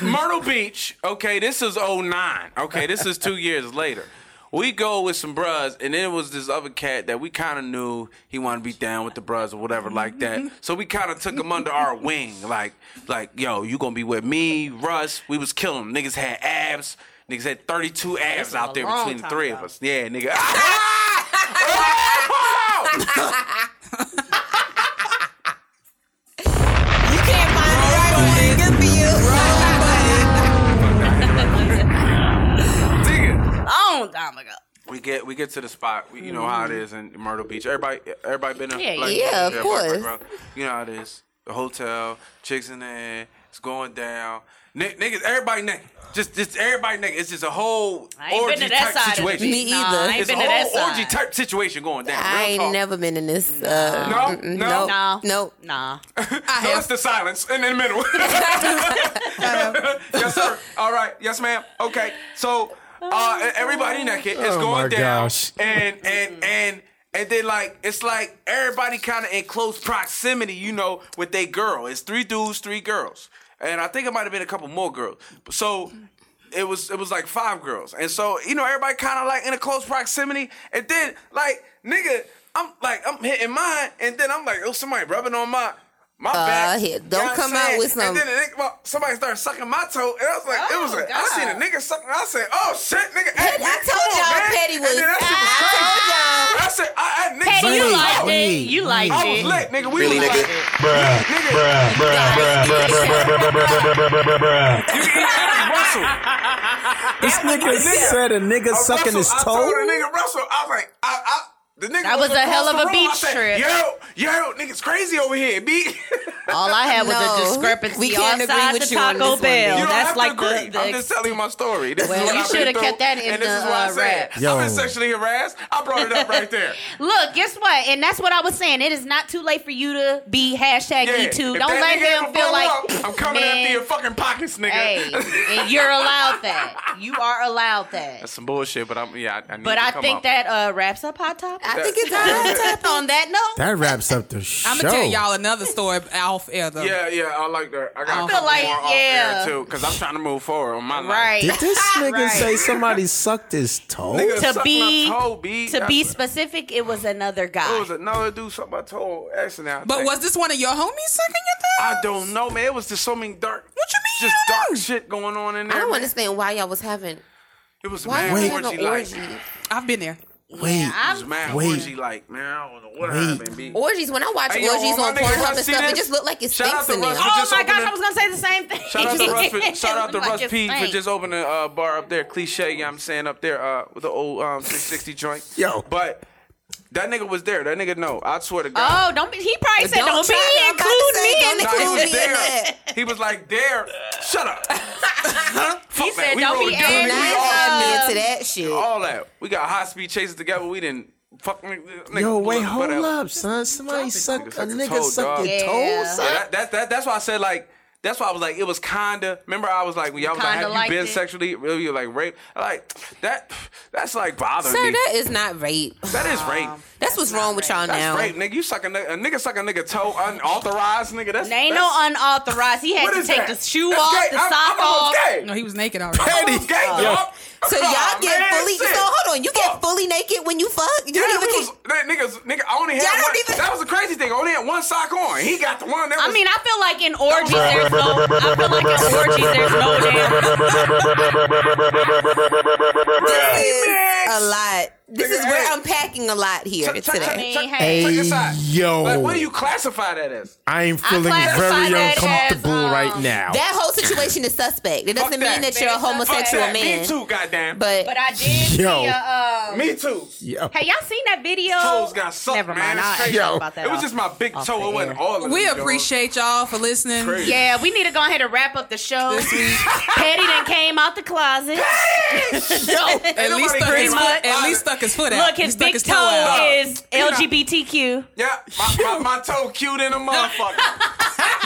S7: Myrtle Beach. Okay, this is 09. Okay, this is two years later. We go with some bros, and then it was this other cat that we kind of knew he wanted to be down with the bros or whatever like that. So we kind of took him under our wing, like, like, yo, you gonna be with me, Russ? We was killing him. Niggas had abs. Niggas had 32 abs
S8: was a
S7: out there
S8: long
S7: between the
S8: time
S7: three of
S8: ago.
S7: us. Yeah, nigga.
S5: You can't find the right one. Good for you.
S7: Nigga.
S8: Long time ago. oh
S7: We get we get to the spot. We- You know how it is in Myrtle Beach. Everybody, everybody been there.
S8: Yeah,
S5: yeah, of
S7: everybody-
S5: course.
S7: You know how it is. The hotel, chicks in there. It's going down. Ni- niggas, everybody naked. Just, just everybody naked. It's just a whole
S8: I ain't
S7: orgy
S8: been to that
S7: type
S8: side
S7: situation.
S8: of the
S5: Me
S8: beach. Nah,
S5: either.
S8: I ain't
S7: it's a
S8: been
S7: whole
S8: to that side.
S7: orgy type situation going down.
S5: I
S7: Real
S5: ain't
S7: talk.
S5: never been in this. Uh,
S7: No,
S5: mm-mm,
S7: no.
S5: nope,
S8: Nah.
S5: nope.
S8: Nah.
S5: I
S7: No,
S5: have
S7: that's the silence in the middle. yes, sir. All right. Yes, ma'am. Okay. So
S5: Oh,
S7: uh, everybody naked. It's
S4: Oh,
S7: going
S4: my
S7: down.
S4: gosh.
S7: And and and and then like it's like everybody kind of in close proximity, you know, with their girl. It's three dudes, three girls, and I think it might have been a couple more girls. So. It was it was like five girls, and so you know everybody kind of like in a close proximity, and then like nigga, I'm like I'm hitting mine, and then I'm like oh somebody rubbing on my my back.
S5: Uh, here,
S7: You
S5: don't
S7: know what I'm
S5: come out
S7: saying?
S5: with
S7: And
S5: some-
S7: then and they- well, somebody started sucking my toe, and I was like, it was
S8: Oh,
S7: like, I seen a nigga sucking. I said, oh shit, nigga. Hey,
S5: I
S7: man,
S5: told
S7: come on,
S5: y'all
S7: man.
S5: Petty was-
S7: And then that shit was
S5: I
S7: crazy.
S5: told y'all.
S7: I said, I, I nigga,
S8: Petty, you
S4: Breathe,
S8: liked it.
S4: breathe,
S8: You liked
S7: I
S8: it.
S7: was lit, nigga. We
S2: Really,
S7: was
S2: nigga?
S7: like,
S10: bruh, bruh, bruh, bruh, bruh, bruh, bruh, bruh, bruh, bruh, bruh, bruh, bruh.
S7: you eat Eddie Russell.
S4: This nigga said a nigga
S7: I
S4: sucking his
S7: Russell, I told the
S4: toe.
S7: nigga Russell, I was like, I, I. The nigga
S8: That was a
S7: across
S8: hell of
S7: the room.
S8: a
S7: I
S8: beach
S7: said,
S8: trip.
S7: Yo, yo, niggas crazy over here, B.
S8: All I had was
S5: No,
S8: a discrepancy
S5: we can't
S8: outside
S5: agree with
S8: the
S5: you on
S8: Taco
S5: this one, baby.
S8: Bell.
S7: You don't
S8: That's
S7: have
S8: like
S7: to agree.
S8: the, the
S7: I'm just telling you my story. This
S5: Well,
S7: is what
S5: you
S7: I've been
S8: shoulda kept
S7: through,
S8: that in
S7: and this
S8: the,
S7: is why I
S8: uh,
S7: said.
S8: raps.
S7: I've been
S4: Yo.
S7: sexually harassed. I brought it up right there.
S8: Look, guess what? And that's what I was saying. It is not too late for you to be hashtag
S7: Yeah.
S8: me too.
S7: If
S8: Don't
S7: that
S8: let
S7: nigga
S8: them
S7: ever
S8: feel
S7: blow
S8: like
S7: up, I'm coming
S8: man,
S7: after your fucking pockets, nigga.
S8: Hey, and you're allowed that. You are allowed that.
S7: That's some bullshit, but I'm yeah. I, I need
S8: But
S7: to
S8: I
S7: come
S8: think
S7: out.
S8: that uh, wraps up Hot Topic.
S5: I think it's all
S8: on that note,
S4: That wraps up the show.
S6: I'm gonna tell y'all another story off air though.
S7: Yeah, yeah, I like that. I got
S6: I
S7: a
S6: feel
S7: couple
S8: like-
S7: more off
S8: yeah.
S7: air too, because I'm trying to move forward on my life.
S4: Did
S8: right?
S4: this nigga
S8: Right.
S4: say somebody sucked his toe?
S7: Nigga sucked
S8: to
S7: my
S8: be
S7: toe, B.
S8: to be
S7: That's-
S8: specific, it was another guy.
S7: It was another dude something I told accident. I
S6: But
S7: think.
S6: was this one of your homies sucking your thumb?
S7: I don't know, man. It was just so many dark.
S6: What you mean
S7: Just
S6: you don't
S7: dark
S6: know?
S7: shit going on in there.
S5: I don't
S7: man.
S5: understand why y'all was having.
S7: It was
S5: Why
S7: mad
S5: y'all
S7: orgy
S5: having
S7: like.
S5: an orgy?
S6: I've been there.
S4: Wait,
S7: It was mad
S4: Wait.
S7: orgy like, man. I don't know what
S4: Wait.
S7: happened, B.
S5: Orgies. When I watch
S7: Hey, yo,
S5: orgies
S7: all
S5: on
S7: my niggas, y'all
S5: Pornhub and
S7: see
S5: stuff, it
S7: this?
S5: just look like it
S7: Shout out
S5: stinks
S7: to
S5: in there.
S7: Russ.
S8: oh
S7: just
S8: my
S7: opened
S8: gosh,
S7: it.
S8: I was gonna say the same thing.
S7: Shout out to Russ for, shout out to
S8: Like
S7: Russ
S8: it's
S7: P for
S8: fake.
S7: just opening a uh, bar up there, cliche. Yeah, I'm saying up there uh, with the old um, 360 joint.
S4: Yo.
S7: but that nigga was there. That nigga no, I swear to God.
S8: Oh, don't be. He probably said, "Don't,
S5: try-
S8: be
S5: I'm about to
S8: include
S5: say,
S8: me
S5: don't
S8: in
S7: Nah, he
S5: include
S8: this."
S7: was
S5: me in
S7: there.
S5: that.
S7: He was like there. Shut up. huh? Fuck
S8: He
S7: that.
S8: said,
S7: We
S8: "Don't
S7: rolled
S8: be
S7: a joint.
S8: angry
S7: We
S8: at
S7: all-
S8: us."
S5: Not into that shit.
S7: all that. We got high speed chases together. We didn't fuck. Nigga,
S4: Yo, wait,
S7: whatever.
S4: hold up, son. Somebody sucked a
S7: Sucked his
S4: nigga
S7: toe,
S4: sucked
S7: dog.
S4: your
S8: Yeah.
S4: toe, son.
S7: Yeah, that, that, that, that's why I said like. That's why I was like, it was kinda. Remember, I was like, when y'all was like,
S8: Kinda
S7: have you
S8: liked
S7: been
S8: it.
S7: sexually really like raped? Like that, that's like bothering
S5: Sir,
S7: me.
S5: that is not rape.
S7: that is rape.
S5: That's what's wrong with y'all
S7: That's
S5: now.
S7: rape, nigga. You suck a, ni- a nigga suck a nigga toe unauthorized, nigga. That's
S8: There ain't no
S7: that's,
S8: unauthorized. He had
S7: what
S8: to
S7: is
S8: take
S7: that?
S8: the shoe
S7: That's
S8: off,
S7: gay.
S8: the
S7: I'm,
S8: sock
S7: I'm almost
S8: off.
S7: Gay.
S6: No, he was naked already.
S7: Petty, gay, dog.
S5: So y'all
S7: Aw,
S5: get
S7: man,
S5: fully.
S7: shit.
S5: So hold on, you get
S7: Fuck.
S5: fully naked when you fuck. You
S7: Yeah,
S5: don't
S7: we
S5: even.
S7: was,
S5: keep-
S7: that niggas, nigga, I only had
S5: Y'all don't
S7: one.
S5: even-
S7: That was the crazy thing. I only had one sock on. He got the one that was.
S8: I mean, I feel like in orgies there's no. I feel like in orgies there's no damn.
S5: This
S7: Remix.
S5: is a lot. This
S7: Nigga,
S5: is we're
S7: hey.
S5: unpacking a lot here
S7: Check- check- check-
S5: today.
S8: mean,
S7: check-
S8: hey.
S7: check this out.
S4: Hey, yo.
S7: Like, what do you classify that as?
S4: I am
S8: feeling I classify very that as, uncomfortable um, right
S4: now.
S5: That whole situation is suspect. It doesn't
S7: Fuck
S5: mean
S7: that.
S5: that you're a
S8: Fuck that.
S5: homosexual
S7: Fuck that.
S5: man.
S7: Oh, Me too, goddamn.
S5: But
S8: But I did
S4: Yo.
S8: see a. Uh,
S7: me too.
S8: hey, y'all seen that video?
S7: Toes got sucked,
S8: Never
S7: man.
S8: mind.
S7: It's
S8: I'll
S7: crazy.
S8: talk about that
S7: it was
S8: off-
S7: just my big
S8: off
S7: toe.
S8: the
S7: It wasn't
S8: air.
S7: all of it.
S6: We
S7: dog.
S6: appreciate y'all for listening.
S7: Crazy.
S8: Yeah, we need to go ahead and wrap up the show.
S6: This week.
S8: Petty done came out the closet.
S6: At least, stuck
S7: Pretty
S6: his foot,
S7: much.
S6: at least stuck his foot out.
S8: Look,
S6: He
S8: his
S6: stuck
S8: big
S6: his toe out.
S8: toe is
S7: You know-
S8: LGBTQ.
S7: Yeah, my, my, my toe cute in a motherfucker.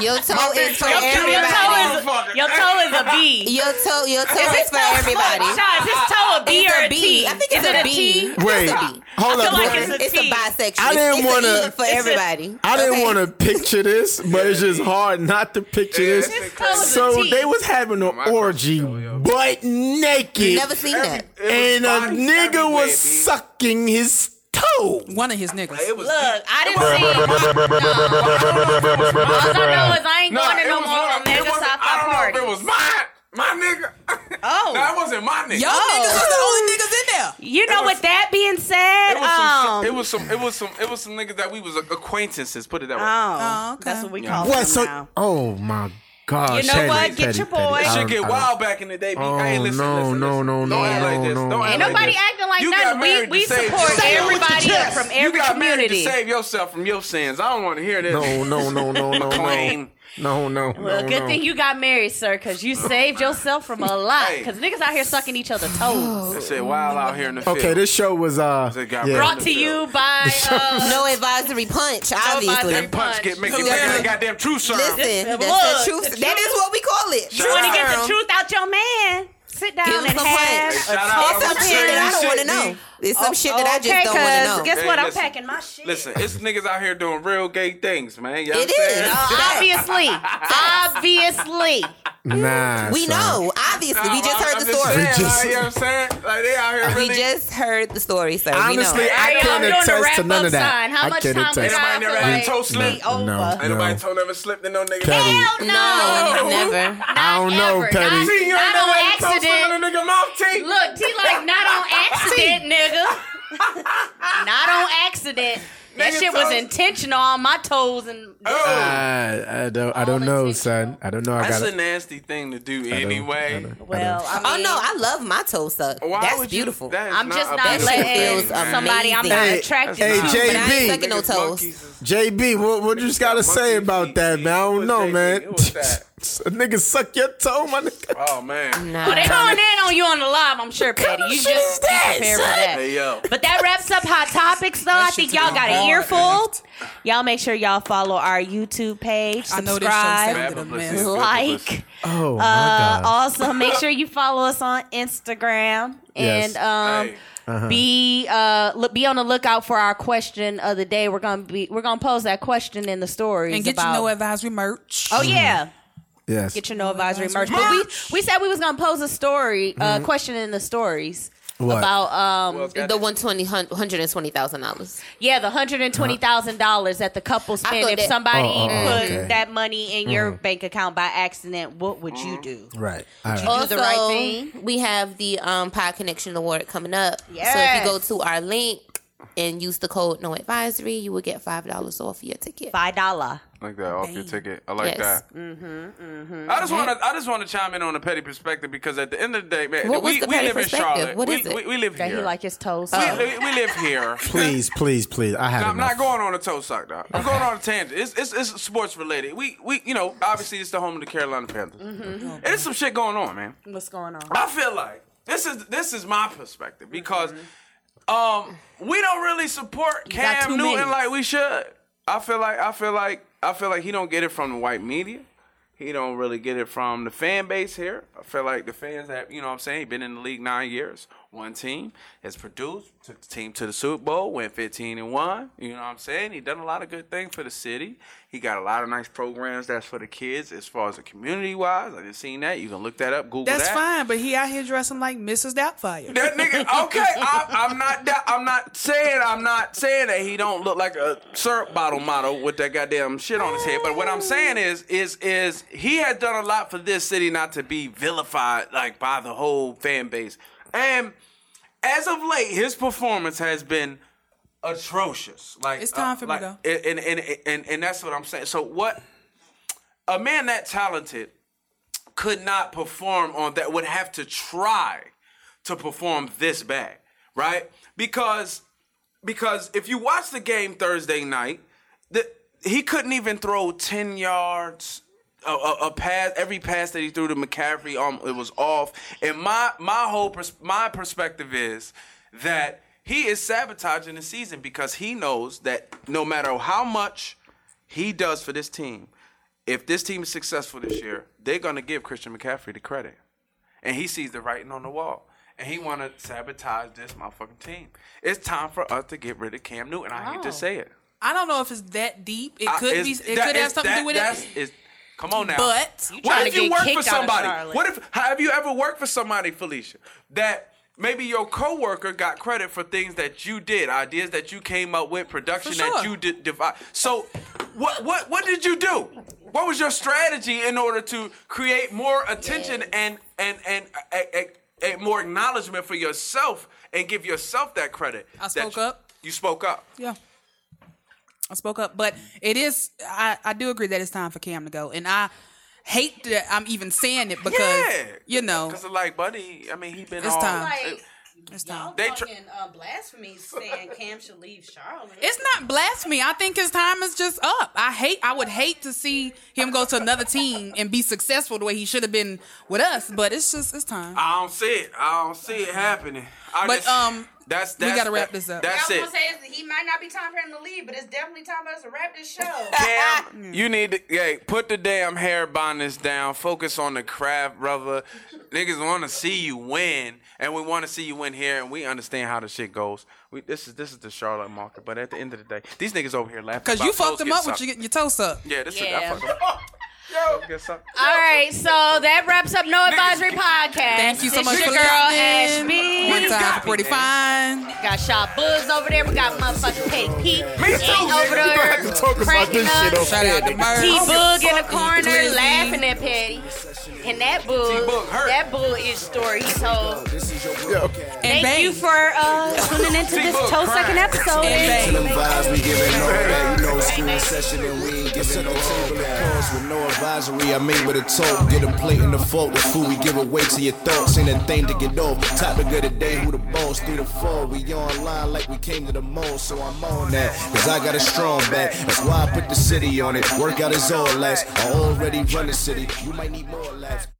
S5: your toe
S7: big
S5: is for
S7: toe cute in a
S5: everybody.
S7: motherfucker.
S8: Your toe is a B.
S5: Your toe, your toe
S8: Is
S5: is
S8: his
S5: for
S8: toe-
S5: everybody.
S8: Shaw, is his toe a B
S5: It's
S8: or
S5: a
S8: a T?
S5: B. I think it's
S8: Is it
S5: a
S8: a
S5: B.
S8: T?
S4: Wait,
S5: It's a B.
S4: hold
S8: I
S4: up.
S8: feel like
S4: bro.
S8: it's
S5: It's
S8: T.
S5: a bisexual.
S4: I didn't
S5: It's a
S4: wanna-
S5: E for
S8: It's a-
S5: everybody.
S4: I didn't
S5: Okay?
S4: want to picture this, but it's just hard not to picture
S7: Yeah,
S4: this.
S7: it's
S8: His toe is
S4: So
S8: a T.
S4: they was having an
S7: my
S4: orgy,
S7: God, yo.
S4: butt naked,
S5: Never seen that.
S4: and a
S7: bodies
S4: nigga
S7: everywhere,
S4: was
S7: B.
S4: sucking his toe.
S6: One of his niggas.
S7: It was.
S8: Look, I didn't see. it. All I know is I ain't
S7: Nah,
S8: going to
S7: it
S8: no
S7: was
S8: more
S7: mine. It
S8: Omega
S7: wasn't-
S8: Sci-Fi
S7: I don't
S8: party.
S7: know if it was mine. My nigga.
S8: Oh.
S7: no, it wasn't my nigga.
S6: Y'all niggas was the only niggas in there.
S8: You know,
S7: was-
S8: with that being said,
S7: It was, some,
S8: um,
S7: it was some. It was some. It was some niggas that we was acquaintances. Put it that way.
S8: oh,
S6: okay.
S8: that's what we call
S4: What?
S8: them
S4: So,
S8: now.
S4: oh my God,
S8: You know
S4: Shannon,
S8: what? Get
S4: petty,
S8: your
S4: petty.
S8: boy.
S4: I
S7: That
S4: don't-
S7: shit get
S4: Um, I don't-
S7: wild back in the day. B. I ain't
S4: Oh,
S7: listen,
S4: no,
S7: listen,
S4: no,
S7: listen.
S4: no,
S7: Don't
S4: no,
S7: act like
S4: no,
S7: this. Don't
S4: no.
S7: act
S8: Ain't
S7: like
S8: nobody
S7: this.
S8: acting like
S7: You
S8: nothing.
S7: got
S8: We-
S7: married
S8: we
S7: to save
S8: support
S7: yourself.
S8: everybody
S7: Yes.
S8: from every
S7: You got married to
S8: community.
S7: save yourself from your sins. I don't want to hear this.
S4: No, no, no, no, no, no.
S7: McLean.
S4: No, no,
S8: Well,
S4: no,
S8: good
S4: no.
S8: thing you got married, sir, because you saved yourself from a lot.
S7: Hey.
S8: Because niggas out here sucking each other toes.
S5: Oh.
S7: They say wild out here in the field.
S4: Okay, this show was uh
S7: They got
S4: yeah.
S7: rid
S8: Brought to you by uh,
S5: No advisory punch,
S8: advisory
S5: obviously.
S7: punch get make you
S5: Yeah.
S7: yeah. that goddamn truth serve.
S5: Listen,
S8: Look,
S5: that's the truth.
S8: the
S5: That
S8: truth.
S5: is what we call it.
S8: you want to get
S5: Girl.
S8: the truth out your man. Sit down
S5: Give him
S8: and
S5: some
S8: have
S5: punch.
S8: a
S7: Hey, shout out
S8: talk
S5: It's some
S7: Uncle
S5: shit that I
S7: Shit,
S5: don't want to
S7: shit,
S5: know.
S7: D.
S5: It's some shit that I
S8: Okay,
S5: just don't want to know.
S8: Guess what?
S7: Hey,
S8: I'm
S7: listen.
S8: packing my shit.
S7: Listen, it's niggas out here doing real gay things, man. You know
S5: It
S7: what I'm
S5: is.
S8: Uh,
S7: saying?
S8: Obviously, obviously.
S4: nah.
S5: We
S4: son.
S5: know, obviously. We just
S7: I'm-
S5: heard
S7: I'm
S5: the story.
S7: Saying,
S4: We
S7: like,
S4: just-
S7: you know what I'm saying? Like, they out here
S5: We
S7: really.
S5: just heard the story, sir. We know.
S4: Honestly, I
S8: Ariel, I'm
S4: can't
S8: doing the
S4: attest to
S8: wrap-up
S4: none of that.
S8: sign. How
S4: I
S8: much
S4: can't
S8: time we
S4: attest.
S7: Ain't nobody
S8: I
S7: never
S8: feel
S7: had
S8: like
S7: a toe slip.
S8: we over.
S7: Ain't nobody
S4: No.
S7: toe never slipped in no nigga.
S4: Petty.
S8: Hell no.
S5: No, never.
S4: I don't know,
S8: ever.
S4: Petty.
S8: Not,
S7: See, you ain't
S8: not
S7: never
S8: on
S7: had a toe slip in
S8: accident.
S7: a nigga mouth, T.
S8: Look, T like not on accident, nigga. not on accident. That
S7: Nigga
S8: shit was
S7: toes-
S8: intentional on my toes and
S7: Oh.
S4: I, I don't. I don't know, son. I don't know. Uh, I
S7: That's
S4: got
S7: a
S4: it.
S7: nasty thing to do anyway.
S8: well, I
S5: Oh
S8: mean,
S5: no, I love my toe suck.
S7: Why
S5: That's
S7: would you-
S5: beautiful.
S7: that is
S8: I'm just
S7: a
S8: not
S7: beautiful
S5: letting
S7: thing,
S8: letting
S5: feels
S7: man.
S8: somebody I'm not
S4: Hey,
S8: attracted
S4: hey,
S8: to.
S4: Jay.
S5: but I ain't
S4: JB.
S5: sucking no
S7: Niggas,
S5: toes.
S7: monkeys is-
S4: JB, what what you just gotta
S7: Monkey
S4: say
S7: feet,
S4: about that, man? I don't
S7: feet,
S4: know,
S7: feet,
S4: man.
S7: it was that.
S4: A nigga suck your toe, my nigga.
S7: Oh man.
S8: Well, they going in on you on the live, I'm sure, Petty. You
S4: shit is
S8: just be
S4: that,
S8: prepared for
S4: son?
S8: that.
S7: Hey yo.
S8: But that wraps up hot topics, though. I think y'all got an earful. Y'all make sure y'all follow our YouTube page,
S6: I know this show
S8: subscribe,
S6: sounded a
S7: Bad publicity.
S6: mess.
S7: good.
S8: like.
S4: Oh my
S8: Uh, also, make sure you follow us on Instagram
S4: Yes. Uh-huh.
S8: and um,
S7: Hey.
S8: be uh, look, be on the lookout for our question of the day. We're gonna be we're gonna pose that question in the stories
S6: And get
S8: about.
S6: your no advisory merch.
S8: oh yeah.
S4: Yes.
S8: Get your no advisory merch. But we, we said we was gonna pose a story, uh, question in the stories
S4: Mm-hmm. What?
S8: about um,
S7: Well,
S5: The
S7: goddamn.
S5: 120 $120,000.
S8: yeah, the hundred and twenty thousand dollars that the couple spent
S5: thought
S8: if
S5: that-
S8: somebody
S4: Oh, oh, oh,
S8: put
S4: okay. Mm-hmm.
S8: that money in your bank account by accident. What would you do?
S4: right. All right.
S8: do the right thing.
S5: we have the um, Pod Connection Award coming up.
S8: Yes.
S5: So if you go to our link and use the code No Advisory, you will get five dollars off your ticket.
S8: Five dollar.
S7: Like that off your ticket. I like
S5: Yes. mm-hmm.
S7: that. Mm-hmm, I just want to. I just want to chime in on the petty perspective because at the end of the day, man,
S5: What was
S7: we,
S5: the
S7: we
S5: petty
S7: live in
S5: perspective?
S7: Charlotte.
S5: What
S7: we,
S5: is it?
S7: we, we live
S8: That
S7: here.
S8: he like his toes.
S7: we, we, we live here.
S4: Please, please, please. I have.
S7: I'm not
S4: enough.
S7: going on a toe sock, dog. I'm going on a tangent. It's, it's, it's sports related. We we you know obviously it's the home of the Carolina Panthers. There's some shit going on, man.
S8: Mm-hmm. What's going on?
S7: I feel like this is this is my perspective because um we don't really support
S8: Mm-hmm. got
S7: Cam
S8: two
S7: Newton
S8: minutes.
S7: like we should. I feel like I feel like I feel like he don't get it from the white media. He don't really get it from the fan base here. I feel like the fans have, you know what I'm saying, he been in the league nine years. One team has produced, took the team to the Super Bowl, went 15 and 1. You know what I'm saying? He done a lot of good things for the city. He got a lot of nice programs that's for the kids as far as the community wise. I just seen that. You can look that up, Google
S6: That's
S7: that.
S6: fine, but he out here dressing like Mrs. Doubtfire.
S7: That nigga, okay, I, I'm not. da- I'm not saying. I'm not saying that he don't look like a syrup bottle model with that goddamn shit on his head. But what I'm saying is, is, is he has done a lot for this city not to be vilified like by the whole fan base. And as of late, his performance has been atrocious. Like uh,
S6: It's time for me
S7: like,
S6: to
S7: And and, and and and that's what I'm saying. So what? A man that talented could not perform on that. Would have to try to perform this bad, right? Because because if you watch the game Thursday night, the, he couldn't even throw ten yards. A, a, a pass, every pass that he threw to McCaffrey, um, it was off. And my my whole pers- my perspective is that he is sabotaging the season because he knows that no matter how much he does for this team, if this team is successful this year, they're gonna give Christian McCaffrey the credit and he sees the writing on the wall. And he want to sabotage this motherfucking team. It's time for us to get rid of Cam Newton. I hate to say it.
S6: I don't know if it's that deep. It
S7: I-
S6: could be.
S7: Uh, it's-
S6: It
S7: that-
S6: could have
S7: it's
S6: something to do
S7: that-
S6: with it.
S7: that's- it's- come on now.
S6: But- You
S7: what
S8: trying
S7: if
S8: to
S7: you
S8: get
S7: work for
S8: kicked out of
S7: somebody?
S8: Charlotte.
S7: What if have you ever worked for somebody, Felicia? That maybe your coworker got credit for things that you did, ideas that you came up with, production
S6: For
S7: that
S6: sure.
S7: you did devise. So, what what what did you do? What was your strategy in order to create more attention and and and a, a, a more acknowledgement for yourself and give yourself that credit?
S6: I
S7: that
S6: spoke
S7: you-
S6: up.
S7: You spoke up.
S6: Yeah. I spoke up, but it is. I I do agree that it's time for Cam to go, and I hate that I'm even saying it because
S7: yeah,
S6: you know
S7: because like Buddy, I mean, he been
S6: It's
S7: all.
S6: time.
S7: Like,
S6: it's not,
S7: They tr-
S8: uh, blasphemy saying Cam should leave Charlotte.
S6: it's not blasphemy. I think his time is just up. I hate. I would hate to see him go to another team and be successful the way he should have been with us. But it's just it's time.
S7: I don't see it. I don't see it happening. I
S6: But,
S7: just,
S6: um,
S7: that's
S6: we
S7: that's
S6: gotta wrap
S7: that-
S6: this up.
S7: That's
S8: I
S7: it.
S8: was gonna say it's- he might not be time for him to leave, but it's definitely time for us to wrap this show.
S7: Cam, you need to yeah, put the damn hair bonnets down. Focus on the craft, brother. Niggas want to see you win, and we want to see you win here, and we understand how the shit goes. We this is this is the Charlotte market, but at the end of the day, these niggas over here laughing
S6: Because
S7: about
S6: you fucked
S7: toes
S6: him
S7: getting
S6: up with
S7: sucked.
S6: you getting your toe sucked.
S7: Yeah, this
S8: Yeah.
S7: is I fucked up. Yo, get sucked.
S8: All right, so that wraps up No Advisory Podcast.
S6: Thank you so
S8: It's
S6: much
S8: your
S6: for
S8: girl Ash
S6: listening.
S8: B.
S6: One time for pretty fine.
S8: Got Shaw Buzz over there. We got motherfucking KP.
S4: Me
S8: Ain't over there cracking up.
S6: Shout out to Merv.
S8: T Boog in
S6: Fucking
S8: the corner
S6: Glizzy.
S8: laughing at Petty. And that
S7: T-Boog
S8: Boog,
S7: hurt.
S8: that Boog is story he told.
S6: And
S8: Thank
S6: bang.
S8: you for uh, tuning into this
S7: T-Boog
S8: toe sucking
S7: crying.
S8: episode.
S6: And
S3: Till them vibes we giving no back. You know, school in session and we ain't giving no table at course with no advisory. I made with a tote. Get a plate and a fork. The food we give away to your throats. Ain't a thing to get off. Topic of the day, who the boss? Three to four. We online like we came to the mall, so I'm on that. Cause I got a strong back. That's why I put the city on it. Workout is all last. I already run the city. You might need more laughs.